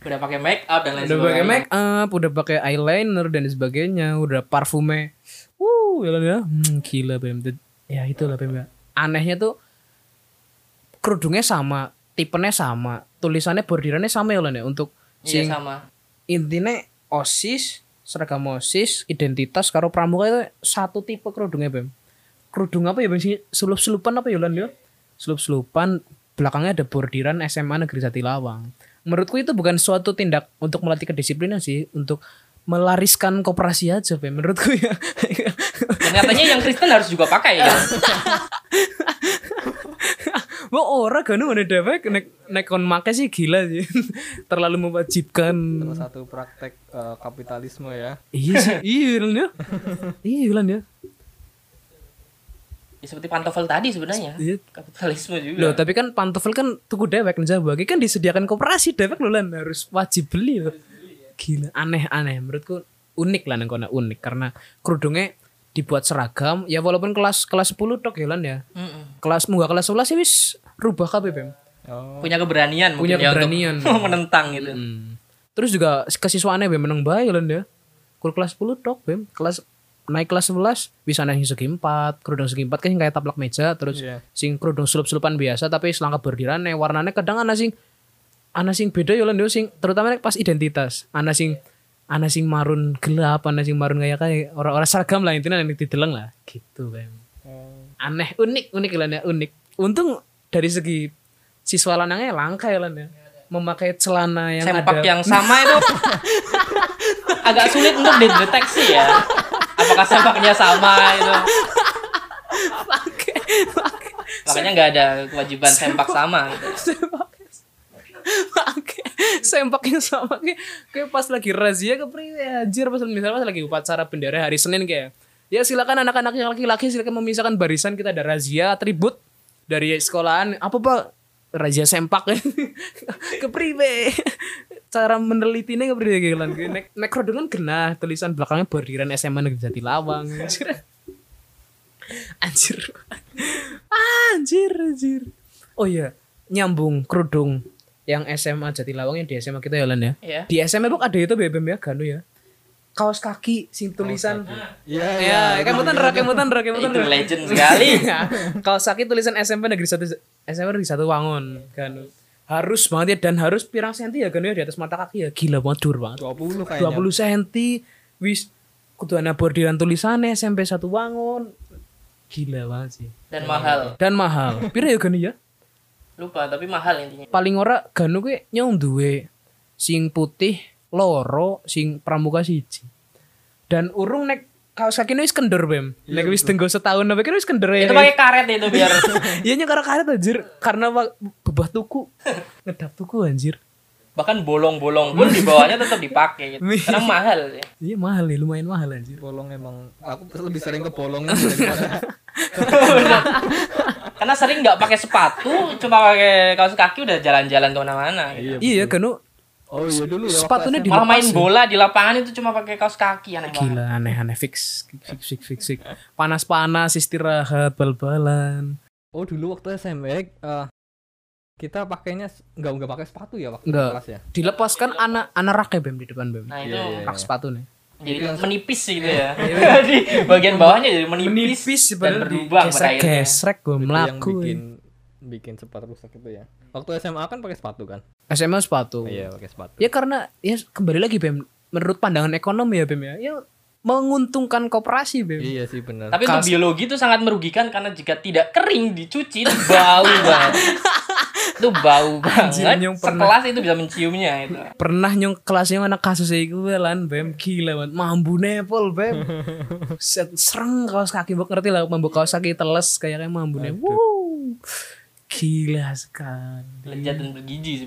Udah pakai make up dan lain
udah pakai make up, udah pakai eyeliner dan sebagainya, udah parfume. Wuh, ya, lah, ya. Hmm, gila Bem. Ded- Ya itulah Bem. ya. Anehnya tuh kerudungnya sama, tipenya sama, tulisannya bordirannya sama ya Lan, ya untuk
Iya
sing
sama.
intinya OSIS, seragam OSIS, identitas karo pramuka itu satu tipe kerudungnya Bem. Kerudung apa ya Bem? Sing- Sulup-sulupan apa ya Lan ya? Sulup-sulupan belakangnya ada bordiran SMA Negeri Jatilawang. Menurutku itu bukan suatu tindak untuk melatih kedisiplinan sih, untuk melariskan koperasi aja Bem menurutku ya.
Dan katanya yang Kristen harus juga pakai ya.
Wah ora ganu mana dewek nek nek kon make sih gila sih. Terlalu mewajibkan.
Salah satu praktek eh, kapitalisme ya.
Iya sih, iya Lan ya. Iya Lan ya.
Ya, seperti pantofel tadi sebenarnya.
Iya.
Kapitalisme
Loh,
juga.
tapi kan pantofel kan tuku dewek njaba. Iki kan disediakan koperasi dewek lho Lan, harus wajib beli loh. Gila, aneh-aneh menurutku unik lah nang kono unik karena kerudungnya dibuat seragam ya walaupun kelas kelas 10 tok ya Lan ya.
Mm-mm.
Kelas munggah kelas 11 ya wis rubah kabeh Bem.
Oh.
Punya keberanian
Punya
mungkin ya untuk
keberanian.
menentang gitu.
Hmm. Terus juga kesiswaannya Bem menang bae Lan ya. Kur kelas 10 tok Bem, kelas naik kelas 11 bisa naik segi 4, kerudung segi 4 kan kayak taplak meja terus
Iya.
sing kerudung sulup-sulupan biasa tapi selangkah berdirane warnanya kadang ana sing ana sing beda yo lho sing terutama nek pas identitas ana sing ana sing marun gelap ana sing marun kayak kayak orang-orang seragam lah intinya nek dideleng lah gitu Bem. aneh unik unik lan ya unik untung dari segi siswa lanangnya langka ya lan ya memakai celana yang ada
sempak yang sama itu agak sulit untuk dideteksi ya. Apakah sempaknya sama itu?
pakai pakai
Makanya nggak ada kewajiban sempak sama. Gitu.
sempak pakai sempak yang sama kayak, kayak pas lagi razia ke ya, anjir pas misalnya pas lagi upacara bendera hari Senin kayak ya silakan anak-anak yang laki-laki silakan memisahkan barisan kita ada razia atribut dari sekolahan apa pak razia sempak kepriwe cara menelitinya kepriwe gilan gitu. nek nek kerudungan genah tulisan belakangnya bordiran SMA Negeri Jatilawang anjir anjir Ah, anjir anjir oh iya nyambung kerudung yang SMA Jatilawang yang di SMA kita jalan ya
Iya.
di SMA buk ada itu BBM ya Ganu ya kaos kaki sing tulisan
Iya.
ya kemutan rak kemutan rak kemutan
Itu legend sekali.
kaos kaki tulisan SMP negeri satu SMP negeri satu Wangun Ganu harus banget ya dan harus pirang senti ya Ganu ya di atas mata kaki ya gila banget dur banget
20
ya.
dua
kayaknya.
puluh senti wis kudu ana bordiran tulisannya SMP satu Wangun gila banget sih
Dan mahal.
dan mahal pira ya Ganu ya
Lupa tapi mahal intinya.
paling ora Ganu kuwi nyong duwe sing putih loro sing pramuka siji dan urung nek kaos kaki ini wis kendur bem nek wis tenggo setahun apa kira wis kendur ya
Iya, Itu pakai karet itu biar
iya nyekar karet anjir karena wa- bebah tuku ngedap tuku anjir
bahkan bolong-bolong pun di bawahnya tetap dipakai gitu. Karena mahal ya.
iya mahal ya lumayan mahal anjir
Bolong emang aku lebih sering ke bolongnya daripada
Karena sering nggak pakai sepatu, cuma pakai kaos kaki udah jalan-jalan kemana-mana. Gitu.
iya Ganu
Oh iya dulu ya.
sepatunya
waktu
di
Malah main bola di lapangan itu cuma pakai kaos kaki aneh banget.
gila aneh-aneh fix fix fix fix fix panas-panas istirahat bal-balan
S- Oh dulu waktu SMP eh, kita pakainya s- nggak nggak pakai sepatu ya waktu
Nggak.
kelas ya.
dilepaskan anak anak rak ya bem di depan bem
Nah, itu
Iya, iya,
rak sepatu nih
jadi
Iya.
menipis gitu ya. Jadi bagian bawahnya jadi menipis, dan berlubang pada
gesrek
akhirnya.
gesrek
Itu
gue
yang
melaku
bikin bikin sepatu rusak itu ya. Waktu SMA kan pakai sepatu kan?
SMA sepatu
Iya pakai sepatu.
ya karena ya kembali lagi bem menurut pandangan ekonomi ya bem ya ya menguntungkan koperasi bem
Iya sih benar.
Tapi untuk biologi itu sangat merugikan karena jika tidak kering dicuci itu bau banget. itu bau
Anjir,
banget
nyung pernah. Iya.
sekelas itu bisa menciumnya itu
pernah nyong kelas nyong anak kasus iku lan bem gila man mambu nepol bem Set- sereng kaos kaki bok ngerti lah mambu kaos kaki teles kayaknya mambu nepol Wuh. gila sekali
lejat dan bergiji sih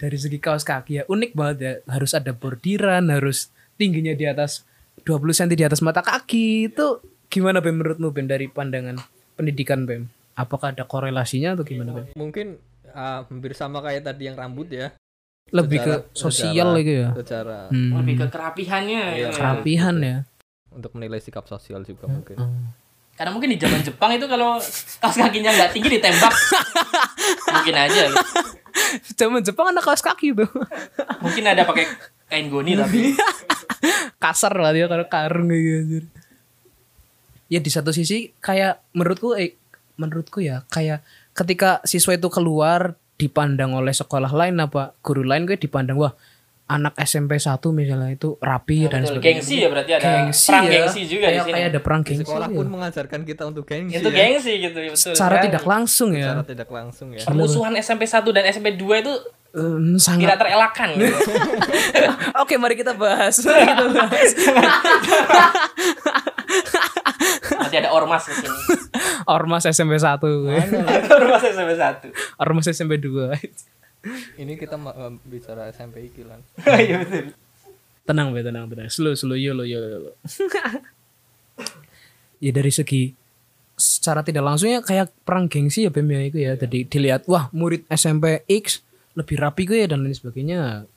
dari segi kaos kaki ya unik banget ya harus ada bordiran harus tingginya di atas 20 cm di atas mata kaki itu gimana bem menurutmu bem dari pandangan pendidikan bem apakah ada korelasinya atau gimana bem
mungkin ah, hampir sama kayak tadi yang rambut ya
lebih ke
Secara-
sosial
secara-
gitu ya
secara
Hmm.
lebih ke kerapihannya
Iya,
gitu.
kerapi.
kerapihan ya
untuk menilai sikap sosial juga
Hmm.
mungkin
Hmm. karena mungkin di zaman Jepang itu kalau kaos kakinya nggak tinggi ditembak mungkin aja gitu.
zaman Jepang anak kaos kaki tuh
mungkin ada pakai kain goni tapi
kasar lah dia kalau karung kayak gitu anjir. ya di satu sisi kayak menurutku eh, menurutku ya kayak ketika siswa itu keluar dipandang oleh sekolah lain apa guru lain kayak dipandang wah anak SMP 1 misalnya itu rapi dan
betul
sebagainya
gengsi ya berarti ada
gengsi
perang
ya.
gengsi juga
kayak,
di sini
kayak ada perang
di
gengsi
sekolah
ya.
pun mengajarkan kita untuk gengsi
Iya.
itu
ya.
gengsi gitu ya, betul
secara
Kan
tidak langsung ya
secara tidak langsung ya
permusuhan SMP 1 dan SMP 2 itu
Em, sangat
tidak terelakkan gitu.
Oke, mari kita bahas. Mari kita bahas.
nanti ada ormas di sini
Ormas SMP 1,
ormas SMP 1
Ormas SMP 2.
ini kita ma- eh, bicara SMP ikilan
iya betul
tenang be tenang tenang slow slow yo lo yo lo, yo, lo. ya dari segi secara tidak langsungnya kayak perang gengsi ya Bem ya itu ya tadi dilihat wah murid SMP X lebih rapi gue ya dan lain sebagainya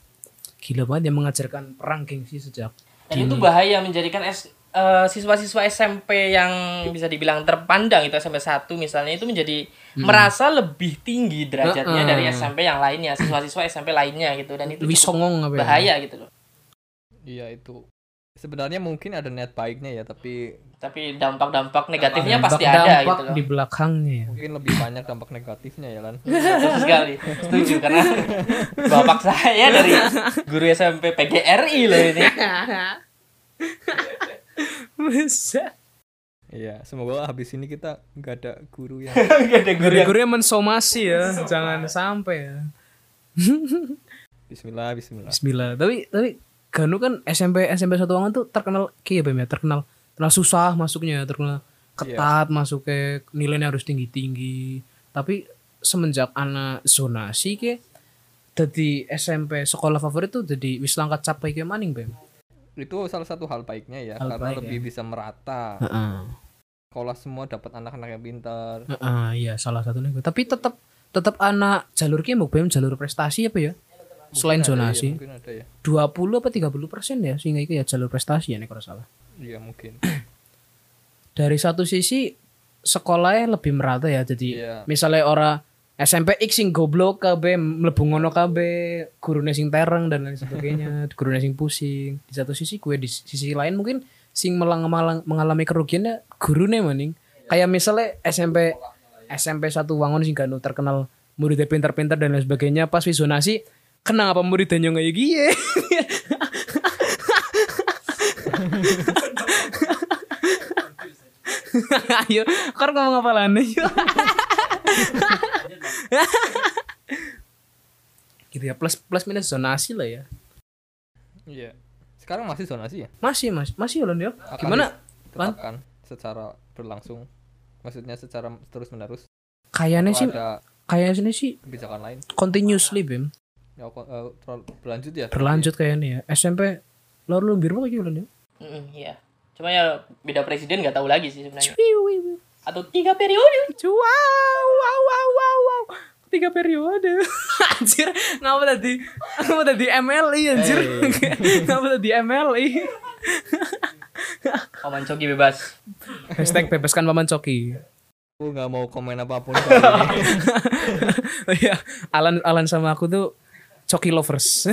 gila banget yang mengajarkan perang gengsi sejak
dan itu bahaya menjadikan S- eh, siswa-siswa SMP yang bisa dibilang terpandang itu SMP 1 misalnya itu menjadi merasa lebih tinggi derajatnya dari SMP yang lainnya siswa-siswa SMP lainnya gitu dan itu
lebih
cukup
songong apa ya
bahaya gitu loh
iya itu sebenarnya mungkin ada niat baiknya ya tapi
tapi dampak-dampak negatifnya
dampak,
pasti ada
dampak
gitu loh
di belakangnya ya.
mungkin lebih banyak dampak negatifnya ya lan
Setuju sekali setuju karena bapak saya dari guru SMP PGRI loh ini
Masa?
iya semoga habis ini kita nggak ada guru ya. yang
Gak ada guru yang
Guru-gurunya mensomasi ya, jangan sampai ya.
Bismillah Bismillah
Bismillah. Tapi tapi Ganu kan SMP SMP satu Wangun tuh terkenal kayak apa ya? Terkenal terkenal susah masuknya, terkenal ketat
Iya.
masuknya, nilainya harus tinggi tinggi. Tapi semenjak anak zonasi ke jadi SMP sekolah favorit tuh jadi wis langkat capai kayak maning bem.
itu salah satu hal baiknya ya
Hal
karena
baik
lebih bisa merata
Heeh.
sekolah semua dapat anak-anak yang pintar
Heeh, iya salah satunya. gue. Tapi tetap tetap anak jalur kayak mau bem jalur prestasi apa ya? Selain zonasi,
mungkin ada ya
20 apa 30 persen ya sehingga itu ya jalur prestasi ya nek kalau salah.
iya mungkin
dari satu sisi sekolahnya lebih merata ya jadi
Iya.
misalnya ora SMP X sing goblok KB mlebu ngono KB gurune sing tereng dan lain sebagainya gurune sing pusing di satu sisi gue di sisi lain mungkin sing melang malang mengalami kerugiannya gurune maning kayak misalnya SMP SMP satu wangun sing ganu terkenal muridnya pinter-pinter dan lain sebagainya pas wizonasi kenapa muridnya nyong kayak gini Ayo, kau ngomong apa lana yuk. gitu ya plus plus minus zonasi lah ya
iya sekarang masih zonasi ya
masih mas masih loh yuk
Akan
gimana
ditetapkan secara berlangsung maksudnya secara terus menerus
kayaknya
Oh,
sih
ada
kayaknya sih
kebijakan lain
continuously bim
ya kok, eh, terlalu- berlanjut ya
berlanjut kayaknya ya SMP lo lu biru apa gitu loh
Mm, iya cuma ya beda presiden nggak tahu lagi sih
Iya.
sebenarnya atau tiga periode
wow wow wow wow wow tiga periode anjir ngapa tadi ngapa tadi MLI anjir
Eh, iya,
ngapa tadi MLI
Paman Coki bebas
hashtag bebaskan paman coki
aku nggak mau komen apapun soal ini.
Iya, Alan Alan sama aku tuh coki lovers.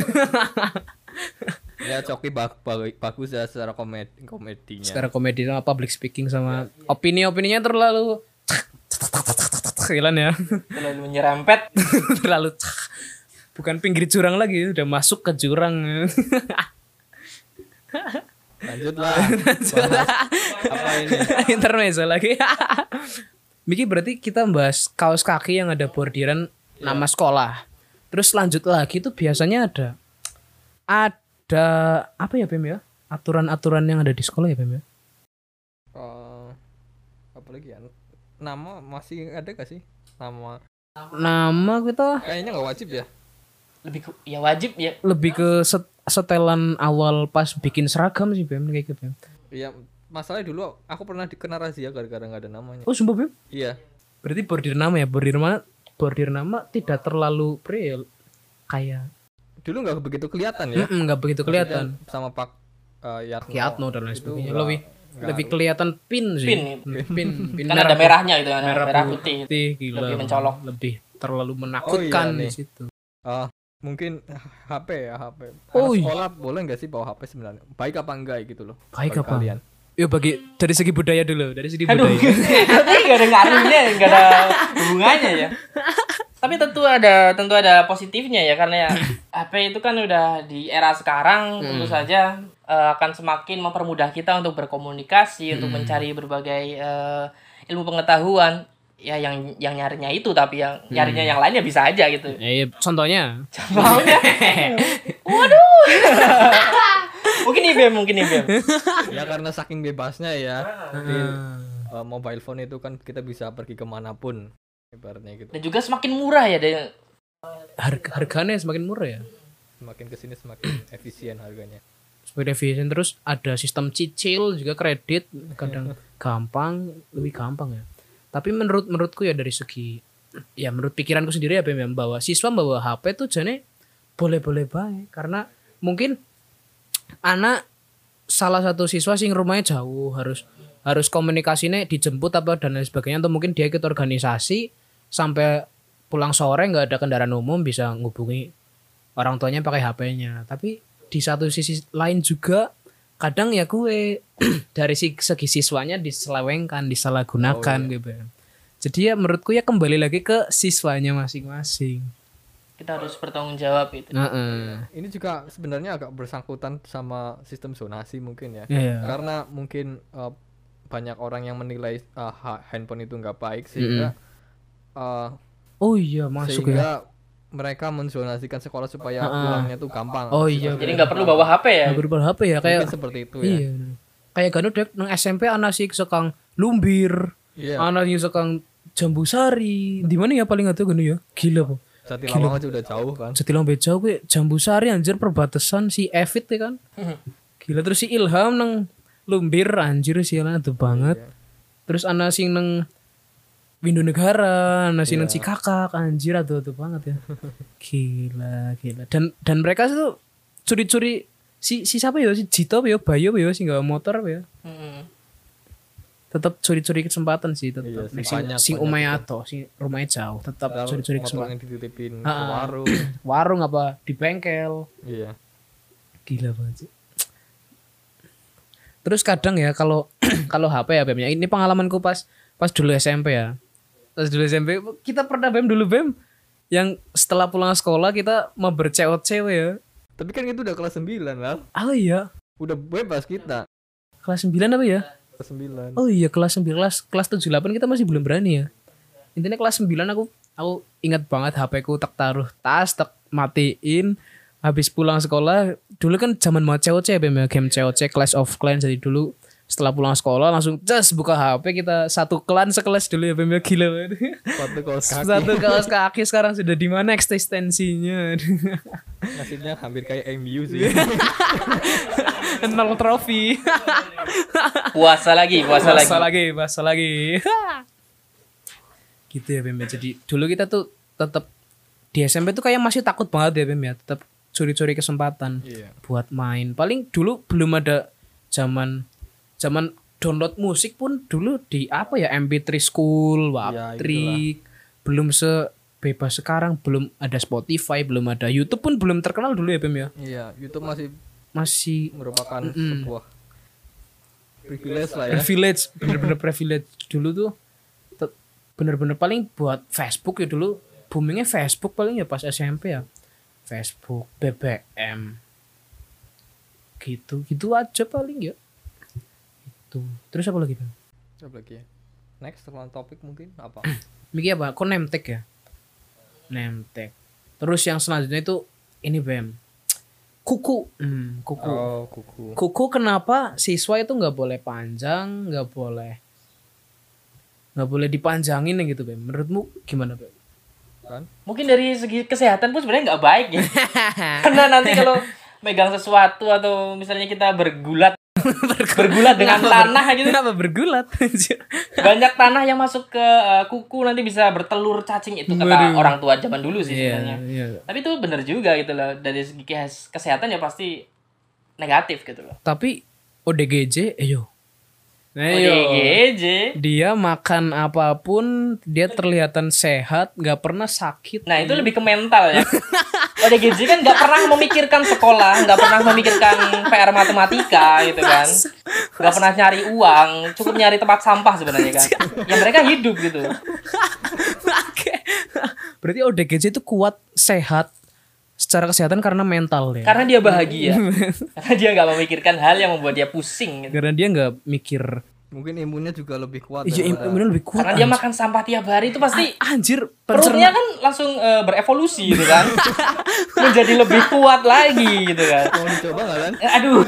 ya coki bag- bag- bagus ya secara komedi komedinya
Secara komedi sama public speaking sama opini-opininya terlalu Hilan ya.
terlalu menyerempet
terlalu bukan pinggir jurang lagi, udah masuk ke jurang.
lanjut lah Bahas apa ini
Intermezzo lagi. Miki berarti kita membahas kaos kaki yang ada bordiran nama sekolah. Terus lanjut lagi itu biasanya ada ada apa ya Bem ya? Aturan-aturan yang ada di sekolah ya Bem ya?
Eh, apalagi ya nama masih ada gak sih nama
Nama kita
kayaknya nggak wajib ya
lebih ke- ya wajib ya
lebih ke set- setelan awal pas bikin seragam sih Bem kayak gitu. Bem.
iya masalahnya dulu aku pernah dikena razia gara-gara nggak ada namanya
Oh sumpah Bem?
iya
Berarti bordir nama ya, bordir nama bordir nama tidak terlalu pre kayak
dulu nggak begitu kelihatan ya
Mm-mm, nggak begitu kelihatan.
sama Pak eh, Yatno
Kiatno dan lain sebagainya. Lebih lebih kelihatan pin sih. Hmm,
Pin.
pin, pin
kan ada merahnya gitu kan Iya. merah, putih gitu.
putih, gila.
Lebih mencolok.
Lebih terlalu menakutkan
Oh, iya,
di
nih.
situ.
Eh, mungkin HP ya HP Anak
Oh, iya.
sekolah boleh nggak sih bawa HP sebenarnya baik apa enggak gitu loh
Baik
buat
apa? Yuk bagi dari segi budaya dulu, dari segi
Aduh,
budaya.
tapi gak ada ngaruhnya, gak ada hubungannya ya. Tapi tentu ada tentu ada positifnya ya karena ya HP itu kan udah di era sekarang tentu saja eh, akan semakin mempermudah kita untuk berkomunikasi, untuk mencari berbagai eh, ilmu pengetahuan ya yang yang nyarinya itu tapi yang nyarinya yang lainnya bisa aja gitu.
Ya, iya, contohnya.
Maunya. Waduh. mungkin IBM, mungkin IBM.
ya karena saking bebasnya ya di
Ah.
eh, mobile phone itu kan kita bisa pergi kemanapun ibaratnya gitu
Dan juga semakin murah ya dan
Harga, harganya semakin murah ya.
semakin kesini semakin efisien harganya
Sepeda efisien terus ada sistem cicil juga kredit kadang gampang lebih gampang ya tapi menurut menurutku ya dari segi ya menurut pikiranku sendiri ya memang bahwa siswa bawa HP tuh jane boleh-boleh baik karena mungkin anak salah satu siswa sing rumahnya jauh harus harus komunikasinya dijemput apa dan lain sebagainya atau mungkin dia ikut organisasi sampai pulang sore nggak ada kendaraan umum bisa ngubungi orang tuanya pakai HP-nya tapi di satu sisi lain juga kadang ya gue dari si- segi siswanya diselewengkan disalahgunakan gitu ya. jadi ya menurutku ya kembali lagi ke siswanya masing-masing
kita harus bertanggung jawab itu.
nah eh.
ini juga sebenarnya agak bersangkutan sama sistem zonasi mungkin ya
Iya.
karena mungkin eh, banyak orang yang menilai eh, ha- handphone itu nggak baik sehingga eh,
oh iya masuk ya
sehingga mereka menzonasikan sekolah supaya pulangnya tuh gampang
oh iya
Jadi nggak perlu bawa HP ya.
Nggak berubah HP ya kayak
mungkin seperti itu ya
iya kayak ganu dek nang SMP anak sih sekang lumbir
Iya.
anak sih sekang jambusari di mana ya paling atuh ganu ya gila po
Sati Lawang aja udah jauh kan
Setilang beca gue Jambusari anjir perbatasan si Evit ya kan.
Hmm.
Gila terus si Ilham nang Lumbir anjir sialan itu banget. Terus ana sing nang Windu Negara, ana sing nang si Kakak anjir aduh aduh banget ya. gila, gila. Dan dan mereka tuh curi-curi si si siapa ya si Jito apa ya Bayu apa ya sing gawa motor apa ya.
Hmm.
Tetap curi-curi kesempatan sih tetap.
Iya, sih,
sing
banyak,
sing omahnya ato, sing rumahnya jauh, tetap
Lalu
curi-curi kesempatan.
motornya dititipin ke
Ah, ah.
warung
Warung apa di bengkel.
iya
Gila banget sih. Terus kadang ya kalau kalau HP ya Bemnya. Ini pengalamanku pas pas dulu SMP ya. Pas dulu SMP kita pernah Bem dulu Bem yang setelah pulang sekolah kita mau berceot cewek ya.
tapi kan itu udah kelas 9 lah
Oh iya,
udah bebas kita
kelas 9 apa ya?
kelas 9
Oh iya kelas 9 kelas kelas 78 kita masih belum berani ya. Intinya kelas 9 aku aku ingat banget HP ku tak taruh tas, tak matiin habis pulang sekolah dulu kan zaman mau COC ya, Bem, ya, game COC Clash of Clans jadi dulu setelah pulang sekolah langsung jas buka HP kita satu klan sekelas dulu ya Bem ya, gila banget.
sepatu kaos kaki
Satu kaos kaki sekarang sudah di mana eksistensinya?
nasibnya hampir kayak MU sih
Nol trofi.
Puasa lagi, puasa lagi.
Basah lagi, basah lagi. gitu ya Bem ya. Jadi dulu kita tuh tetap di SMP tuh kayak masih takut banget ya Bem ya. Tetap curi-curi kesempatan
Iya.
buat main. Paling dulu belum ada zaman zaman download musik pun dulu di apa ya MP3 School, Waptrik. belum sebebas sekarang, belum ada Spotify, belum ada YouTube pun belum terkenal dulu ya Bem ya.
iya YouTube masih
Masih
merupakan sebuah privilege lah ya
privilege bener-bener privilege dulu tuh te- bener-bener paling buat Facebook ya dulu boomingnya Facebook paling ya pas SMP ya Facebook BBM gitu gitu aja paling ya itu terus apa lagi Bang?
Apa lagi ya?
next setelah topik mungkin apa
Miki apa? Kok nemtek ya? Nemtek. Terus yang selanjutnya itu ini Bem. Kuku. Hmm, kuku.
oh kuku
Kuku kenapa siswa itu nggak boleh panjang, nggak boleh nggak boleh dipanjangin yang gitu Bem. Menurutmu gimana Bem?
kan
Mungkin dari segi kesehatan pun sebenarnya nggak baik ya. Karena nanti kalau megang sesuatu atau misalnya kita bergulat bergulat dengan tanah gitu
Kenapa bergulat? Iya,
banyak tanah yang masuk ke eh, kuku nanti bisa bertelur cacing itu kata orang tua zaman dulu sih sebenarnya.
Iya.
Tapi itu bener juga gitu loh dari segi kes- kesehatan ya pasti negatif gitu loh.
Tapi ODGJ, ayo.
ODGJ.
Nah, Dia makan apapun, dia terlihatan sehat, nggak pernah sakit.
Nah itu lebih ke mental ya. ODGJ kan nggak pernah memikirkan sekolah, nggak pernah memikirkan PR matematika gitu kan, nggak pernah nyari uang, cukup nyari tempat sampah sebenarnya kan. Ya mereka hidup gitu.
Oke. Berarti ODGJ itu kuat, sehat secara kesehatan karena mental ya.
Karena dia bahagia, karena dia nggak memikirkan hal yang membuat dia pusing. Gitu.
Karena dia nggak mikir.
mungkin imunnya juga lebih kuat
Iya,
daripada-
imunnya lebih kuat.
Karena dia makan sampah tiap hari itu pasti
Anjir,
perutnya
pencernaan.
kan langsung eh, berevolusi gitu kan, menjadi lebih kuat lagi gitu kan.
mau dicoba nggak kan
Eh, Aduh,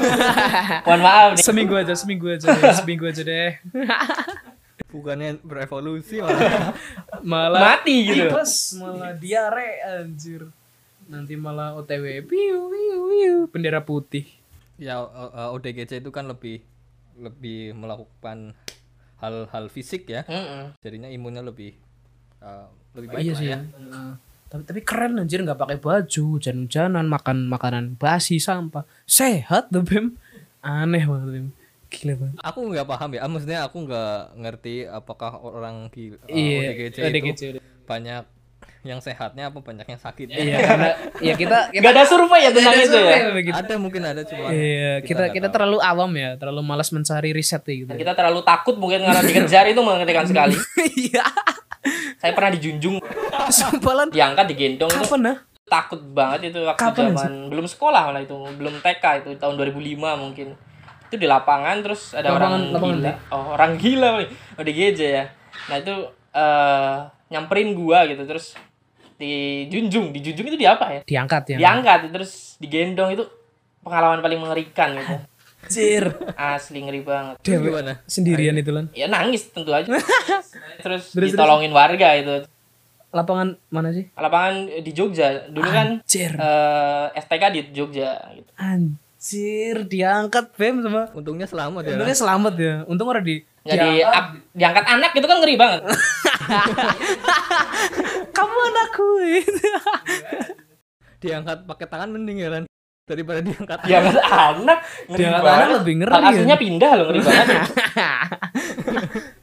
mohon maaf nih.
Seminggu aja, seminggu aja deh, seminggu aja deh.
bukannya berevolusi malah
Malah
Mati gitu.
tipes, malah diare anjir. Nanti malah OTW, piu, piu, piu. bendera putih.
ya o- o- ODGJ itu kan lebih lebih melakukan hal-hal fisik ya
Mm-mm.
jadinya imunnya lebih uh, lebih baik
iya
lah
sih
ya.
ya. Heeh. tapi tapi keren anjir nggak pakai baju, hujan-hujanan, makan makanan basi sampah, sehat tuh Bem. Aneh banget Bim. Gila banget.
aku nggak paham ya maksudnya aku nggak ngerti apakah orang gila uh, ODGJ
Iya, udah gitu ya.
itu
kecil.
banyak yang sehatnya apa banyak yang sakit
Iya, karena ya kita kita
Gak ada survei ya tentang itu ya.
begitu.
ada mungkin ada cuma
Gitu. Iya, kita kita terlalu awam ya, terlalu malas mencari riset ya, gitu.
Dan kita terlalu takut mungkin karena dikejar itu mengerikan sekali.
Iya.
Saya pernah dijunjung,
Sumpah lan.
diangkat, digendong itu
Kapan nah?
takut banget itu waktu
Kapan,
zaman belum sekolah malah itu, belum TK itu tahun 2005 mungkin. Itu di lapangan terus ada
Lapangan-
orang
lapangan
gila. Oh, orang gila nih. ODGJ ya. Nah, itu eh, nyamperin gua gitu terus dijunjung, dijunjung itu di apa ya?
Diangkat ya.
Diangkat terus digendong itu pengalaman paling mengerikan gitu.
Anjir.
Asli ngeri banget.
Dewe.
gimana?
Sendirian itu lan.
Ya nangis tentu aja. terus ditolongin warga gitu. itu.
Lapangan mana sih?
Lapangan di Jogja. Dulu kan
Anjir.
eh, STK di Jogja gitu.
Anjir, diangkat Bem sama.
untungnya selamat ya
Untungnya selamat ya. Untung orang di
Jadi ak- diangkat anak gitu kan ngeri banget.
kamu anakku
diangkat pakai tangan mending ya kan daripada diangkat
diangkat anak ngeri
Diangkat
banget.
anak lebih ngeri, ya.
Hak asuhnya pindah loh ngeri banget.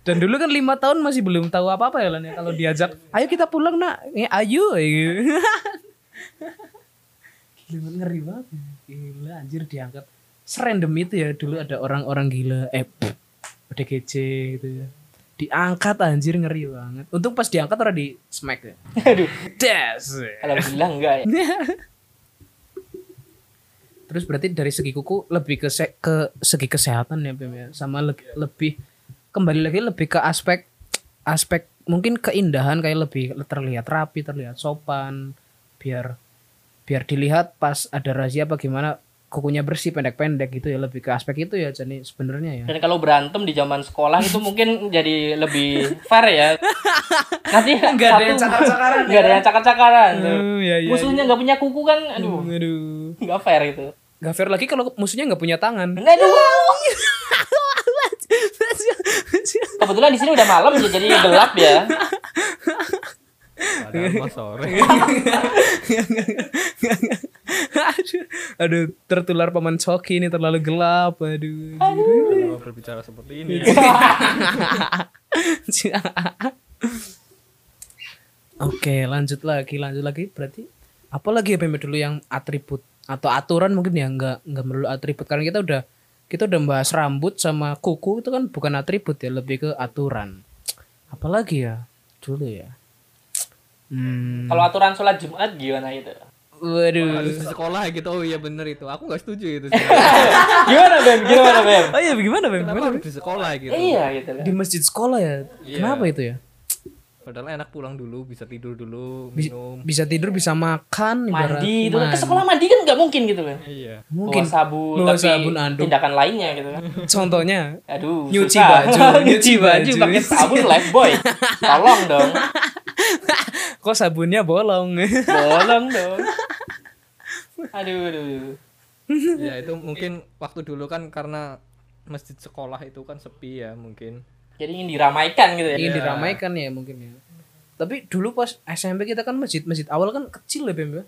dan dulu kan lima tahun masih belum tahu apa apa ya Lan ya. kalau diajak ayo kita pulang nak ya, ayo Gitu. gila ngeri banget ya. gila anjir diangkat serandom itu ya dulu ada orang-orang gila eh pff, udah kece gitu ya diangkat anjir ngeri banget untung pas diangkat orang di smack ya
Aduh,
Des.
alhamdulillah enggak ya.
Terus berarti dari segi kuku lebih ke se- ke segi kesehatan ya Bim ya. Sama le- lebih kembali lagi lebih ke aspek aspek mungkin keindahan kayak lebih terlihat rapi, terlihat sopan biar biar dilihat pas ada razia apa gimana kukunya bersih pendek-pendek gitu ya lebih ke aspek itu ya jadi sebenarnya ya.
Dan kalau berantem di zaman sekolah itu mungkin jadi lebih fair ya. Nanti
Nggak ada yang
satu-
cakar-cakaran,
nggak ada yang cakar-cakaran.
ya
Musuhnya nggak punya kuku kan, aduh,
Aduh.
nggak fair gitu.
Gak fair lagi kalau musuhnya nggak punya tangan.
Aduh. Kebetulan di sini udah malam ya, jadi gelap ya.
padahal mah sore
Iya. aduh, aduh, tertular paman coki ini terlalu gelap. Aduh.
Kenapa berbicara seperti ini
Iya. Oke, lanjut lagi, lanjut lagi. Berarti apa lagi ya Bem, dulu yang atribut atau aturan mungkin ya nggak nggak perlu atribut karena kita udah kita udah bahas rambut sama kuku itu kan bukan atribut ya lebih ke aturan. Apalagi ya Hmm. dulu ya. Hmm.
Kalau aturan sholat Jumat gimana gitu?
Waduh.
harus di sekolah gitu oh iya bener itu aku nggak setuju itu
Gimana Bem? Gimana Bem?
Oh iya gimana Bem?
kenapa harus di sekolah gitu
Iya gitu lah.
Di masjid sekolah ya?
Iya.
Kenapa itu ya?
padahal enak pulang dulu bisa tidur dulu
Bi-
minum
Bisa tidur, bisa makan,
Mandi
ibarat-
itu kan. ke sekolah mandi kan nggak mungkin gitu kan.
iya
Mungkin
Bawa sabun
bawa
tapi
sabun anduk.
tindakan lainnya gitu kan.
Contohnya
Aduh.
Nyuci
susah.
baju,
nyuci baju pakai sabun life boy. Tolong dong.
Kok sabunnya bolong?
Iya. Tolong dong. Aduh aduh. aduh.
ya itu mungkin waktu dulu kan karena masjid sekolah itu kan sepi ya mungkin
Jadi ingin diramaikan gitu ya.
Ingin diramaikan ya mungkin ya. Tapi dulu pas SMP kita kan masjid-masjid awal kan kecil ya Bem ya.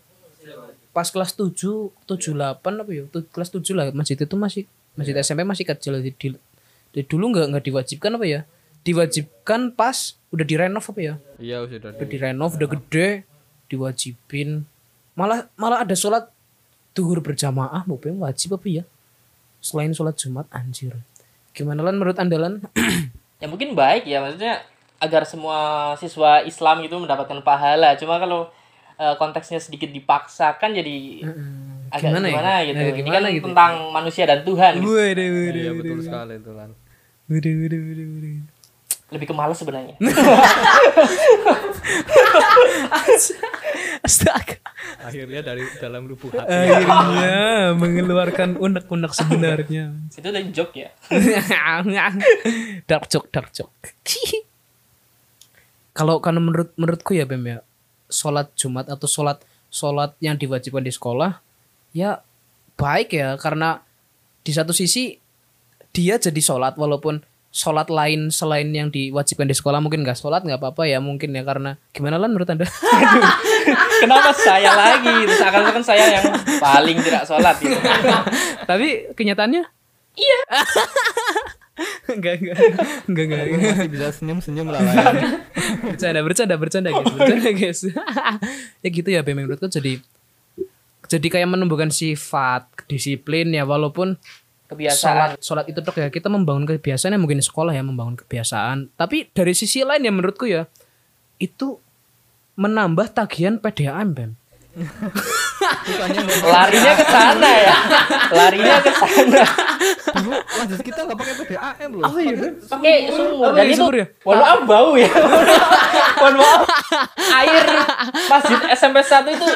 Pas kelas 7, 78 apa ya? Tu- Kelas 7 lah masjid itu masih masjid SMP masih kecil di, di- di- dulu nggak nggak diwajibkan apa ya? Diwajibkan pas udah direnov apa ya?
iya sudah
Udah direnov udah gede diwajibin. Malah malah ada sholat duhur berjamaah mau Bem, wajib apa ya? Selain sholat Jumat anjir. Gimana lan menurut Anda Lan?
ya mungkin baik ya maksudnya agar semua siswa Islam itu mendapatkan pahala cuma kalau eh, konteksnya sedikit dipaksakan jadi agak
Gimana
gimana,
ya?
gitu
Nah,
ini kan
gimana gitu?
tentang manusia dan Tuhan gitu.
Waduh, waduh.
iya betul sekali itu lan
Waduh, waduh, waduh, waduh.
lebih ke malas sebenarnya
Astaga.
akhirnya dari dalam lubuk hati
Iya. Akhirnya mengeluarkan unek-unek sebenarnya.
itu udah joke ya
dark joke, dark joke. Kalau karena menurut menurutku ya Bem ya, sholat Jumat atau sholat sholat yang diwajibkan di sekolah, ya baik ya karena di satu sisi dia jadi sholat walaupun sholat lain selain yang diwajibkan di sekolah mungkin nggak sholat nggak apa-apa ya mungkin ya karena gimana lan menurut anda?
kenapa saya lagi seakan-akan saya yang paling tidak sholat gitu
Tapi kenyataannya Iya Enggak enggak Enggak enggak
masih bisa senyum senyum lah Lan.
Bercanda bercanda bercanda guys Bercanda guys Ya gitu ya Bem menurutku jadi Jadi kayak menumbuhkan sifat Disiplin ya walaupun
kebiasaan
Sholat, sholat itu dok ya Kita membangun kebiasaan ya mungkin di sekolah ya Membangun kebiasaan Tapi dari sisi lain ya menurutku ya Itu Menambah tagihan PDAM Bem
larinya ke sana ya larinya ke sana
dulu lanjut kita nggak pakai PDAM loh
pakai sumur
Apa
Iya, dan
ya,
itu
sumur ya?
mohon maaf bau ya mohon maaf air masjid SMP 1 itu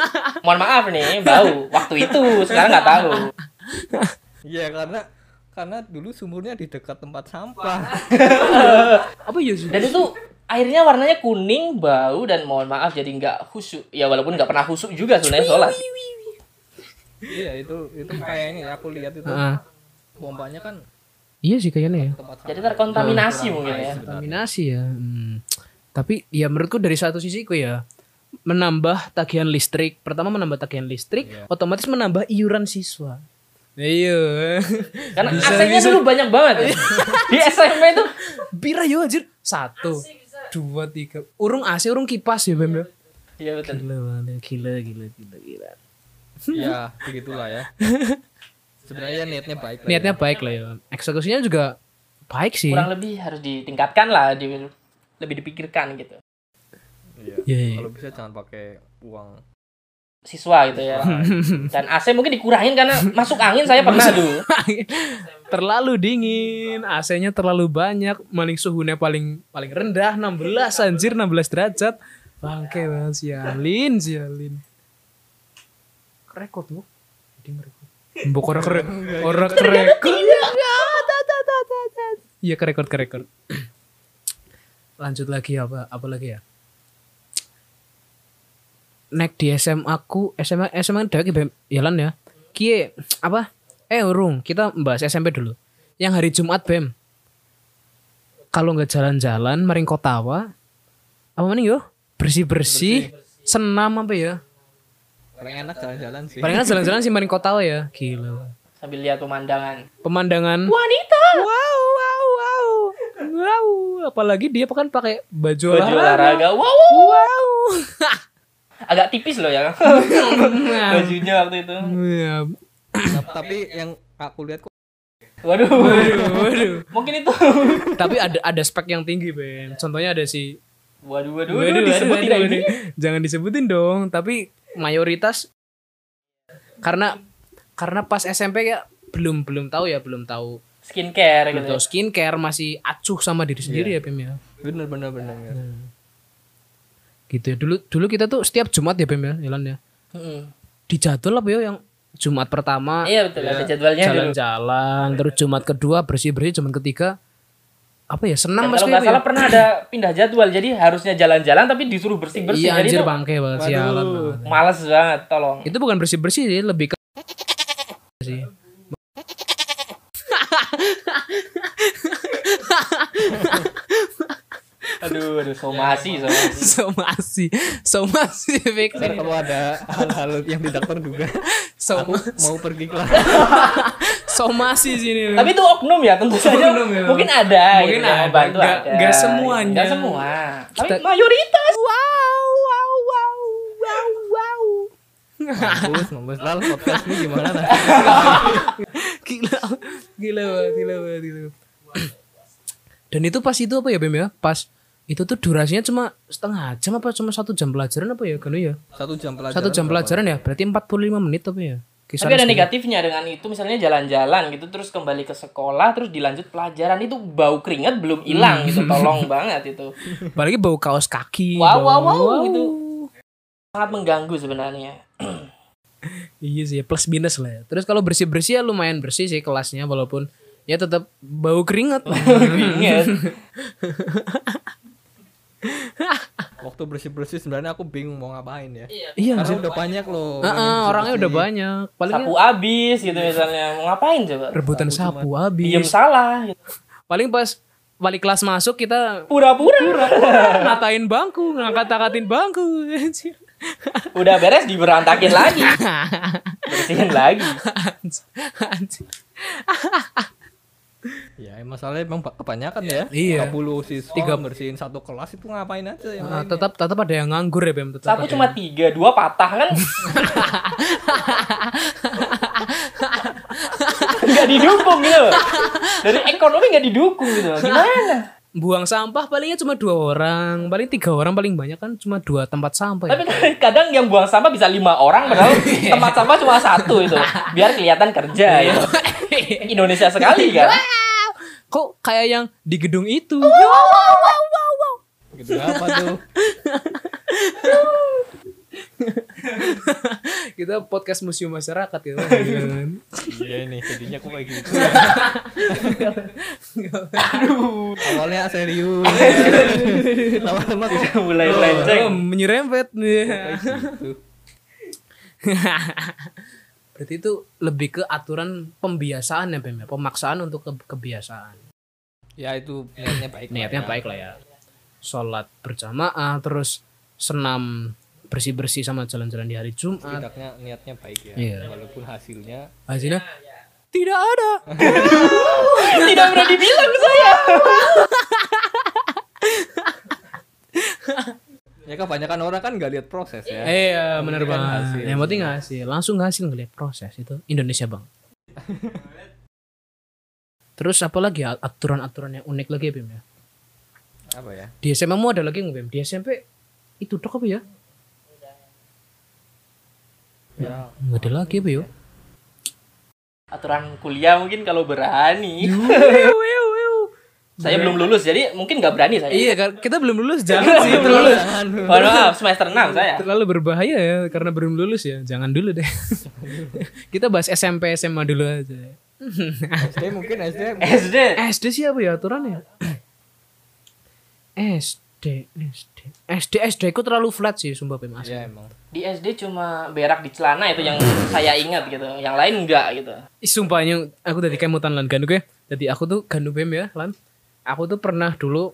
mohon maaf nih bau waktu itu sekarang nggak tahu
iya karena karena dulu sumurnya di dekat tempat sampah
Apa ya Zu?
dan itu airnya warnanya kuning bau dan mohon maaf jadi nggak khusyuk ya walaupun nggak pernah khusyuk juga sebenarnya sholat
iya itu itu kayaknya ya, aku lihat itu
Heeh.
pompanya kan
Iya sih kayaknya ya
tempat sampah
jadi terkontaminasi mungkin ya
Kontaminasi ya. Hmm. Tapi ya menurutku dari satu sisiku ya menambah tagihan listrik. Pertama menambah tagihan listrik, otomatis menambah iuran siswa. Iya.
karena AC-nya dulu banyak banget ya. di SMP itu
Bira yo anjir. Satu, dua, tiga. Urung AC, urung kipas ya Bem. ya?
iya betul
Gila, banget. gila, gila, gila, gila.
ya begitulah ya sebenarnya niatnya baik lah
Niatnya baik lah ya. Eksekusinya juga baik sih.
kurang lebih harus ditingkatkan lah di, lebih dipikirkan gitu
Iya,
ya.
iya.
kalau bisa jangan pakai uang
siswa gitu ya dan AC mungkin dikurangin karena masuk angin saya pernah dulu
terlalu dingin, AC-nya terlalu banyak, maling suhunya paling paling rendah 16 anjir 16 derajat. Bangke banget ya sialin sialin. Rekod bu. Mbok ora kerek, ora kerek. Iya kerekord kerekord. Lanjut lagi apa apa lagi ya? nek di SMA aku SMA SMA dewek ki kan jalan ya. Kie apa? Eh urung, kita bahas SMP dulu. Yang hari Jumat Bem. Kalau nggak jalan-jalan maring kotawa apa maning yo? Bersih-bersih, senam apa ya?
paling enak jalan-jalan sih
Paling enak jalan-jalan sih maring kotawa ya. Gila.
sambil lihat pemandangan
Pemandangan
wanita
wow wow wow. Wow, apalagi dia kan pakai baju
baju
olahraga.
olahraga wow, wow, wow.
Wow.
agak tipis loh ya Nah. bajunya waktu itu
Ya,
Tap- tapi yang aku lihat kok
waduh
Waduh, waduh.
mungkin itu
tapi ada ada spek yang tinggi Ben contohnya ada si
waduh waduh,
Waduh,
waduh, disebut
waduh,
tidak
waduh.
ini
jangan disebutin dong tapi mayoritas karena karena pas SMP ya belum belum tahu ya belum tahu
skincare
belum
gitu.
tahu skincare masih acuh sama
Iya.
diri sendiri ya Bim ya
bener bener bener bener.
gitu ya dulu dulu kita tuh setiap Jumat ya Bim ya Ilan ya
Mm-mm.
dijadwal apa ya yang Jumat pertama
Iya betul ada jadwalnya dulu.
jalan-jalan terus Jumat kedua bersih-bersih Jumat ketiga apa ya senam
Kalau
pasti
nggak
itu ya
salah pernah ada pindah jadwal jadi harusnya jalan-jalan tapi disuruh bersih-bersih
iya
jadi
anjir
itu
bangke banget sialan banget.
males banget tolong.
itu bukan bersih-bersih sih lebih ke sih
Aduh aduh somasi
Iya,
somasi.
somasi somasi Fik.
Ntar kalau ada hal-hal yang tidak terduga
Soma-
mau pergi kelas
somasi sini Fik.
Tapi itu oknum ya tentu saja.
Oknum ya.
Mungkin ada
Mungkin
gitu ya,
ada,
bantu
nggak-
ada.
nggak semuanya.
Nggak semua. Tapi
Kita-
mayoritas.
wow wow wow wow wow
mampus mampus lal podcast ini gimana Nah, lah
gila gila banget gila banget gila banget. dan itu pas itu apa ya Bim ya pas itu tuh durasinya cuma setengah jam apa cuma satu jam pelajaran apa ya Ganu ya
satu jam pelajaran
satu jam pelajaran ya berarti 45 menit apa ya
Tapi
kisaran
ada negatifnya dengan itu misalnya jalan-jalan gitu terus kembali ke sekolah terus dilanjut pelajaran itu bau keringat
Hmm.
belum hilang gitu tolong banget itu.
apalagi bau kaos kaki bau-
Wow wow wow gitu. Sangat mengganggu sebenarnya.
iya sih plus minus lah ya terus kalau bersih bersih ya lumayan bersih sih kelasnya walaupun ya tetap bau keringat
Ingat.
waktu bersih bersih sebenarnya aku bingung mau ngapain ya
iya
karena udah banyak loh
Ah, ah, orangnya udah banyak paling
Sapu abis gitu misalnya. Mau ngapain coba?
rebutan sapu Iya. habis
Diem salah gitu.
paling pas balik kelas masuk kita
Pura-pura.
ngatain bangku ngangkat-angkatin bangku anjir.
Udah beres diberantakin lagi. Bersihin lagi.
Anjir.
ya emang masalahnya emang kebanyakan ya
Iya.
30 siswa tiga bersihin satu kelas itu ngapain aja ya
Ah, tetap tetap ada yang nganggur ya Bem tetap
Sapu cuma tiga, dua patah kan. nggak didukung gitu. loh. Dari ekonomi nggak didukung gitu. loh. Gimana?
buang sampah palingnya cuma dua orang paling tiga orang paling banyak kan cuma dua tempat sampah ya.
Tapi kadang yang buang sampah bisa lima orang, padahal tempat sampah cuma satu itu. Biar kelihatan kerja ya. Indonesia sekali kan.
kok kayak yang di gedung itu
gitu apa tuh
kita podcast museum masyarakat gitu
iya ini jadinya aku kayak gitu awalnya serius lama-lama kok
Mulai melenceng.
oh, menyerempet
kayak gitu
berarti itu lebih ke aturan pembiasaan ya Bem ya? pemaksaan untuk ke- kebiasaan
ya itu niatnya baik
niatnya
Iya.
baik lah ya sholat berjamaah terus senam bersih bersih sama jalan-jalan di hari Jumat
Iya.
tidaknya niatnya baik ya
Iya.
walaupun hasilnya
hasilnya tidak ada
Tidak berani bilang saya.
ya kebanyakan orang kan nggak lihat proses ya
iya benar
Penting kan
banget
hasil.
yang penting hasil langsung hasil ngeliat proses itu Indonesia bang terus apa lagi ya aturan-aturan yang unik lagi ya Bim ya
apa ya
di SMA mu ada lagi nggak Bim di SMP itu dok apa ya
ya
nggak ada lagi apa ya
Aturan kuliah mungkin kalau berani.
Iya.
Saya belum lulus jadi mungkin nggak berani saya.
iya kan, kita belum lulus jangan sih terlalu
lulus. Mohon maaf, semester 6 saya.
terlalu berbahaya ya karena belum lulus ya jangan dulu deh kita bahas SMP SMA dulu aja
SD mungkin SD
SD.
SD siapa ya aturannya SD SD SD SD ku terlalu flat sih sumpah Pem, asli.
ya emang
Di SD cuma berak di celana itu yang saya ingat gitu. Yang lain enggak gitu.
Ih, sumpahnya aku tadi kemutan lan ganduk ya jadi aku tuh ganduk Pem ya lan aku tuh pernah dulu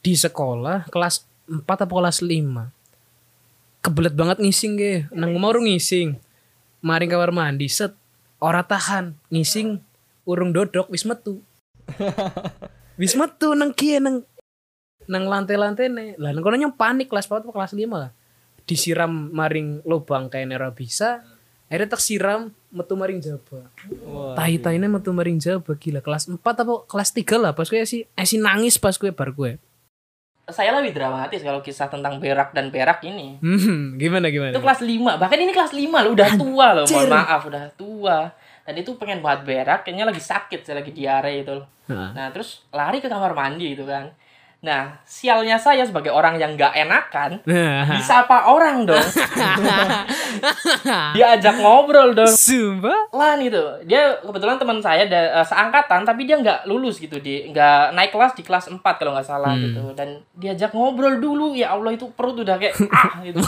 di sekolah kelas 4 atau kelas 5 kebelet banget ngising ge nang mau ngising maring kamar mandi set ora tahan ngising urung dodok wis metu wis metu nang kieu nang nang lantai-lantai nih lah nang kono nyong panik kelas 4 atau kelas 5 lah disiram maring lubang kayak nera bisa akhirnya tak siram metu maring jaba tai tai metu maring jaba gila kelas 4 apa kelas 3 lah pas gue sih eh, si nangis pas gue bar gue
saya lebih dramatis kalau kisah tentang berak dan perak ini.
Hmm, gimana gimana?
Itu kelas 5. Bahkan ini kelas 5 loh, udah tua loh. Mohon maaf, udah tua. Dan itu pengen banget berak, kayaknya lagi sakit, saya lagi diare itu loh.
Heeh.
Nah, terus lari ke kamar mandi gitu kan. Nah, sialnya saya sebagai orang yang nggak enakan,
Nah,
disapa orang dong. Diajak ngobrol dong.
Sumpah?
Lan gitu. Dia kebetulan teman saya da- eh, seangkatan tapi dia nggak lulus gitu di nggak naik kelas di kelas 4 kalau nggak salah gitu. Dan diajak ngobrol dulu ya Allah itu perut udah kayak ah gitu.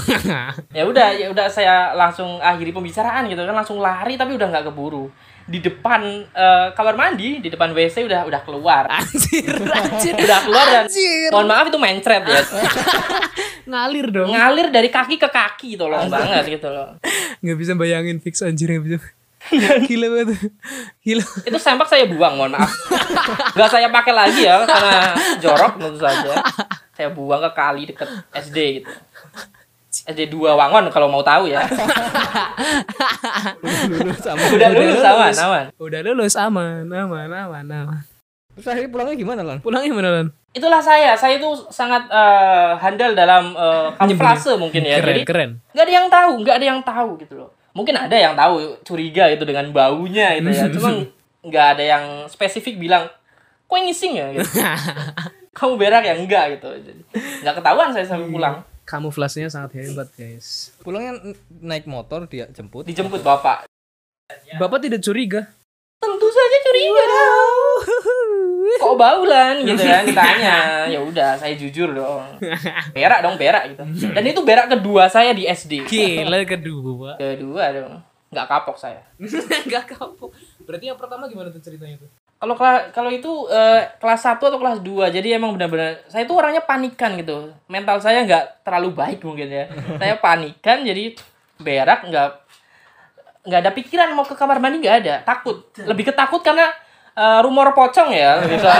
ya udah ya udah saya langsung akhiri pembicaraan gitu kan langsung lari tapi udah nggak keburu. Di depan eh, kamar mandi, di depan WC udah udah keluar.
Anjir, anjir.
Udah keluar dan
Anjir.
mohon maaf itu mencret ya.
Ngalir dong.
Ngalir dari kaki ke kaki tolong banget gitu loh.
Nggak bisa bayangin fix anjir nggak bisa. Gila banget. Gila.
itu sempak saya buang mohon maaf nggak saya pakai lagi ya karena jorok tentu saja saya buang ke kali deket SD gitu SD 2 Wangon kalau mau tahu ya
Lulus sama.
udah lulus sama aman
Udah lulus aman, aman, aman, aman.
Terus akhirnya pulangnya gimana lan?
Pulangnya mana Lan?
itulah saya saya itu sangat eh, handal dalam eh, kamuflase mungkin ya
Keren,
jadi
keren.
nggak ada yang tahu nggak ada yang tahu gitu loh mungkin ada yang tahu curiga itu dengan baunya gitu ya cuma nggak ada yang spesifik bilang kok ngising ya gitu kamu berak ya enggak gitu Jadi, nggak ketahuan saya sampai
Iya.
pulang
Kamuflasenya sangat hebat, guys.
Pulangnya n- naik motor dia jemput.
dijemput bapak
Bapak tidak curiga.
tentu saja curiga dong Iya. kok baulan gitu kan ditanya ya udah saya jujur dong berak dong berak gitu dan itu berak kedua saya di SD
Gila kedua.
kedua dong nggak kapok saya
Enggak kapok. Berarti yang pertama gimana tuh ceritanya tuh?
Kalau kela- kalau itu eh, kelas 1 atau kelas 2. Jadi emang benar-benar saya itu orangnya panikan gitu. Mental saya nggak terlalu baik mungkin ya. saya panikan jadi berak nggak nggak ada pikiran mau ke kamar mandi nggak ada. Takut. Lebih ketakut karena eh, rumor pocong ya. Lebih ke,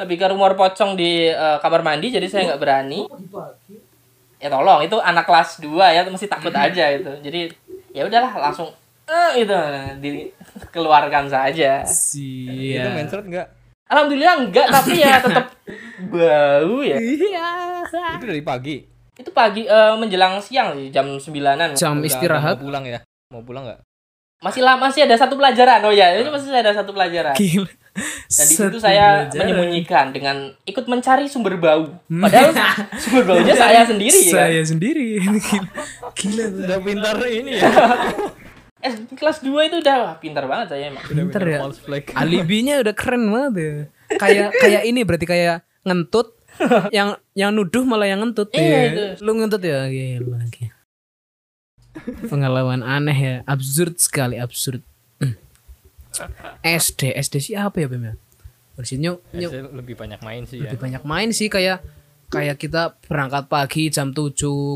lebih ke rumor pocong di eh, kamar mandi jadi saya nggak berani. Ya tolong itu anak kelas 2 ya mesti takut aja itu. Jadi ya udahlah langsung eh gitu dikeluarkan saja.
Itu
Iya.
mencret enggak?
Alhamdulillah enggak tapi ya tetap bau ya.
Iya.
Itu dari pagi.
Itu pagi eh, menjelang siang sih jam 9-an.
Jam
Udah- udah
istirahat.
Mau pulang ya? Mau pulang enggak?
Masih lama masih ada satu pelajaran. Oh ya, itu masih ada satu pelajaran.
Gila.
Dan di
Iya.
situ
Satu
saya
pelajaran. Hmm.
menyembunyikan dengan ikut mencari sumber bau. Padahal sumber baunya saya sendiri ya. kan.
Saya sendiri. Gila. Gila. tuh.
Udah pintar
Iya.
ini ya.
Eh, kelas 2 itu udah wah, pintar banget saya emang.
Pinter ya.
False flag.
Alibinya udah keren banget ya. Kayak kayak ini berarti kayak ngentut yang yang nuduh malah yang ngentut
Iya,
ya. Lu ngentut ya gila. gila. Pengalaman aneh ya, absurd sekali, absurd. Hmm. SD, SD siapa ya Bem ya? Berarti nyuk, nyuk
Saya lebih banyak main sih ya.
lebih banyak main sih kayak kayak kita berangkat pagi jam 7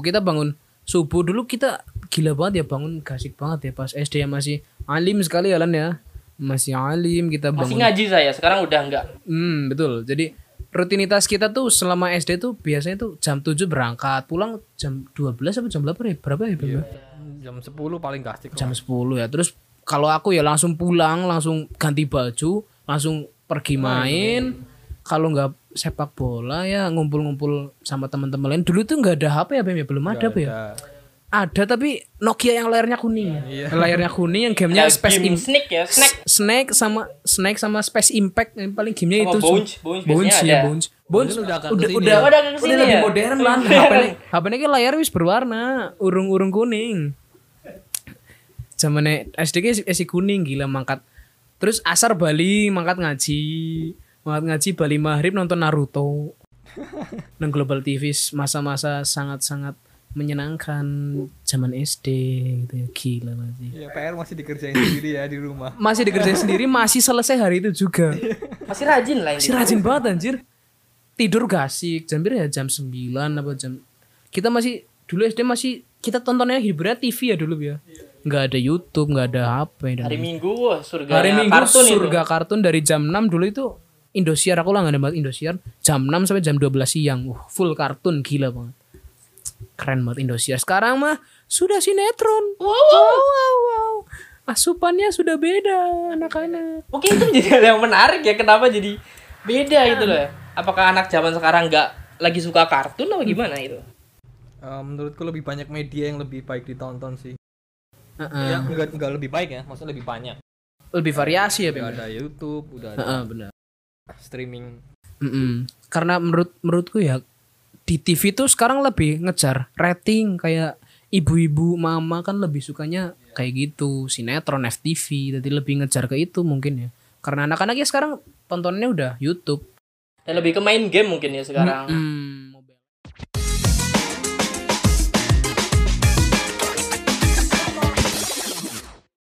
kita bangun subuh dulu kita gila banget ya bangun gasik banget ya pas SD ya masih alim sekali ya Lan ya masih alim kita
Masih
bangun
ngaji saya, sekarang udah enggak.
hmm betul jadi rutinitas kita tuh selama SD tuh biasanya tuh jam 7 berangkat pulang jam 12 apa jam berapa ya berapa ya Bang?
Jam 10 paling gasik.
jam 10 ya terus kalau aku ya langsung pulang langsung ganti baju langsung pergi main kalau nggak sepak bola ya ngumpul-ngumpul sama teman-teman lain dulu tuh nggak ada HP ya Bem ya belum ada Bem ya
Ada.
ada tapi Nokia yang layarnya kuning layarnya kuning yang gamenya
Ya,
Space Iya.
game
Impact
snack ya, snack.
Snake sama Snake sama Space Impact yang paling gamenya
Sama
itu
Bounce, Bounce
ya
biasanya ada.
Bounce Bounce
Bounce udah
udah
agak
udah
kesini
udah,
ya. Udah agak kesini
lebih
ya?
modern lah
Iya.
HP-nya HP-nya kan layar wis berwarna urung-urung kuning zamannya SD ki esi- esi kuning gila mangkat terus asar Bali mangkat ngaji mangkat ngaji Bali maghrib nonton Naruto neng Global TV masa-masa sangat-sangat menyenangkan zaman SD gitu ya gila masih
Ya PR masih dikerjain sendiri ya di rumah. Iya.
masih dikerjain sendiri masih selesai hari itu juga
Masih rajin lah
masih
ini.
rajin banget anjir tidur gasik jam berapa ya jam 9 apa jam kita masih dulu SD masih kita tontonnya hiburannya TV ya dulu ya nggak ada YouTube nggak ada HP dan
Hari Minggu wah, surga
hari Minggu
kartun
surga
itu.
kartun dari jam 6 dulu itu Indosiar aku lah nggak ada banget Indosiar jam 6 sampai jam 12 siang uh, full kartun gila banget keren banget Indosiar sekarang mah sudah sinetron wow wow wow, wow. asupannya sudah beda anak-anak
mungkin itu menjadi hal yang menarik ya kenapa jadi beda gitu loh ya. apakah anak zaman sekarang nggak lagi suka kartun apa gimana itu?
Eh, menurutku lebih banyak media yang lebih baik ditonton sih.
Heeh.
Ya, enggak, enggak lebih baik ya, maksudnya lebih banyak.
Lebih variasi ya Bim.
Udah ada YouTube, udah ada
Heeh, benar.
streaming.
Mm-mm. Karena menurut menurutku ya di TV tuh sekarang lebih ngejar rating kayak ibu-ibu mama kan lebih sukanya kayak gitu sinetron FTV jadi lebih ngejar ke itu mungkin ya karena anak-anaknya sekarang tontonnya udah YouTube
Dan lebih ke main game mungkin ya sekarang.
Mm,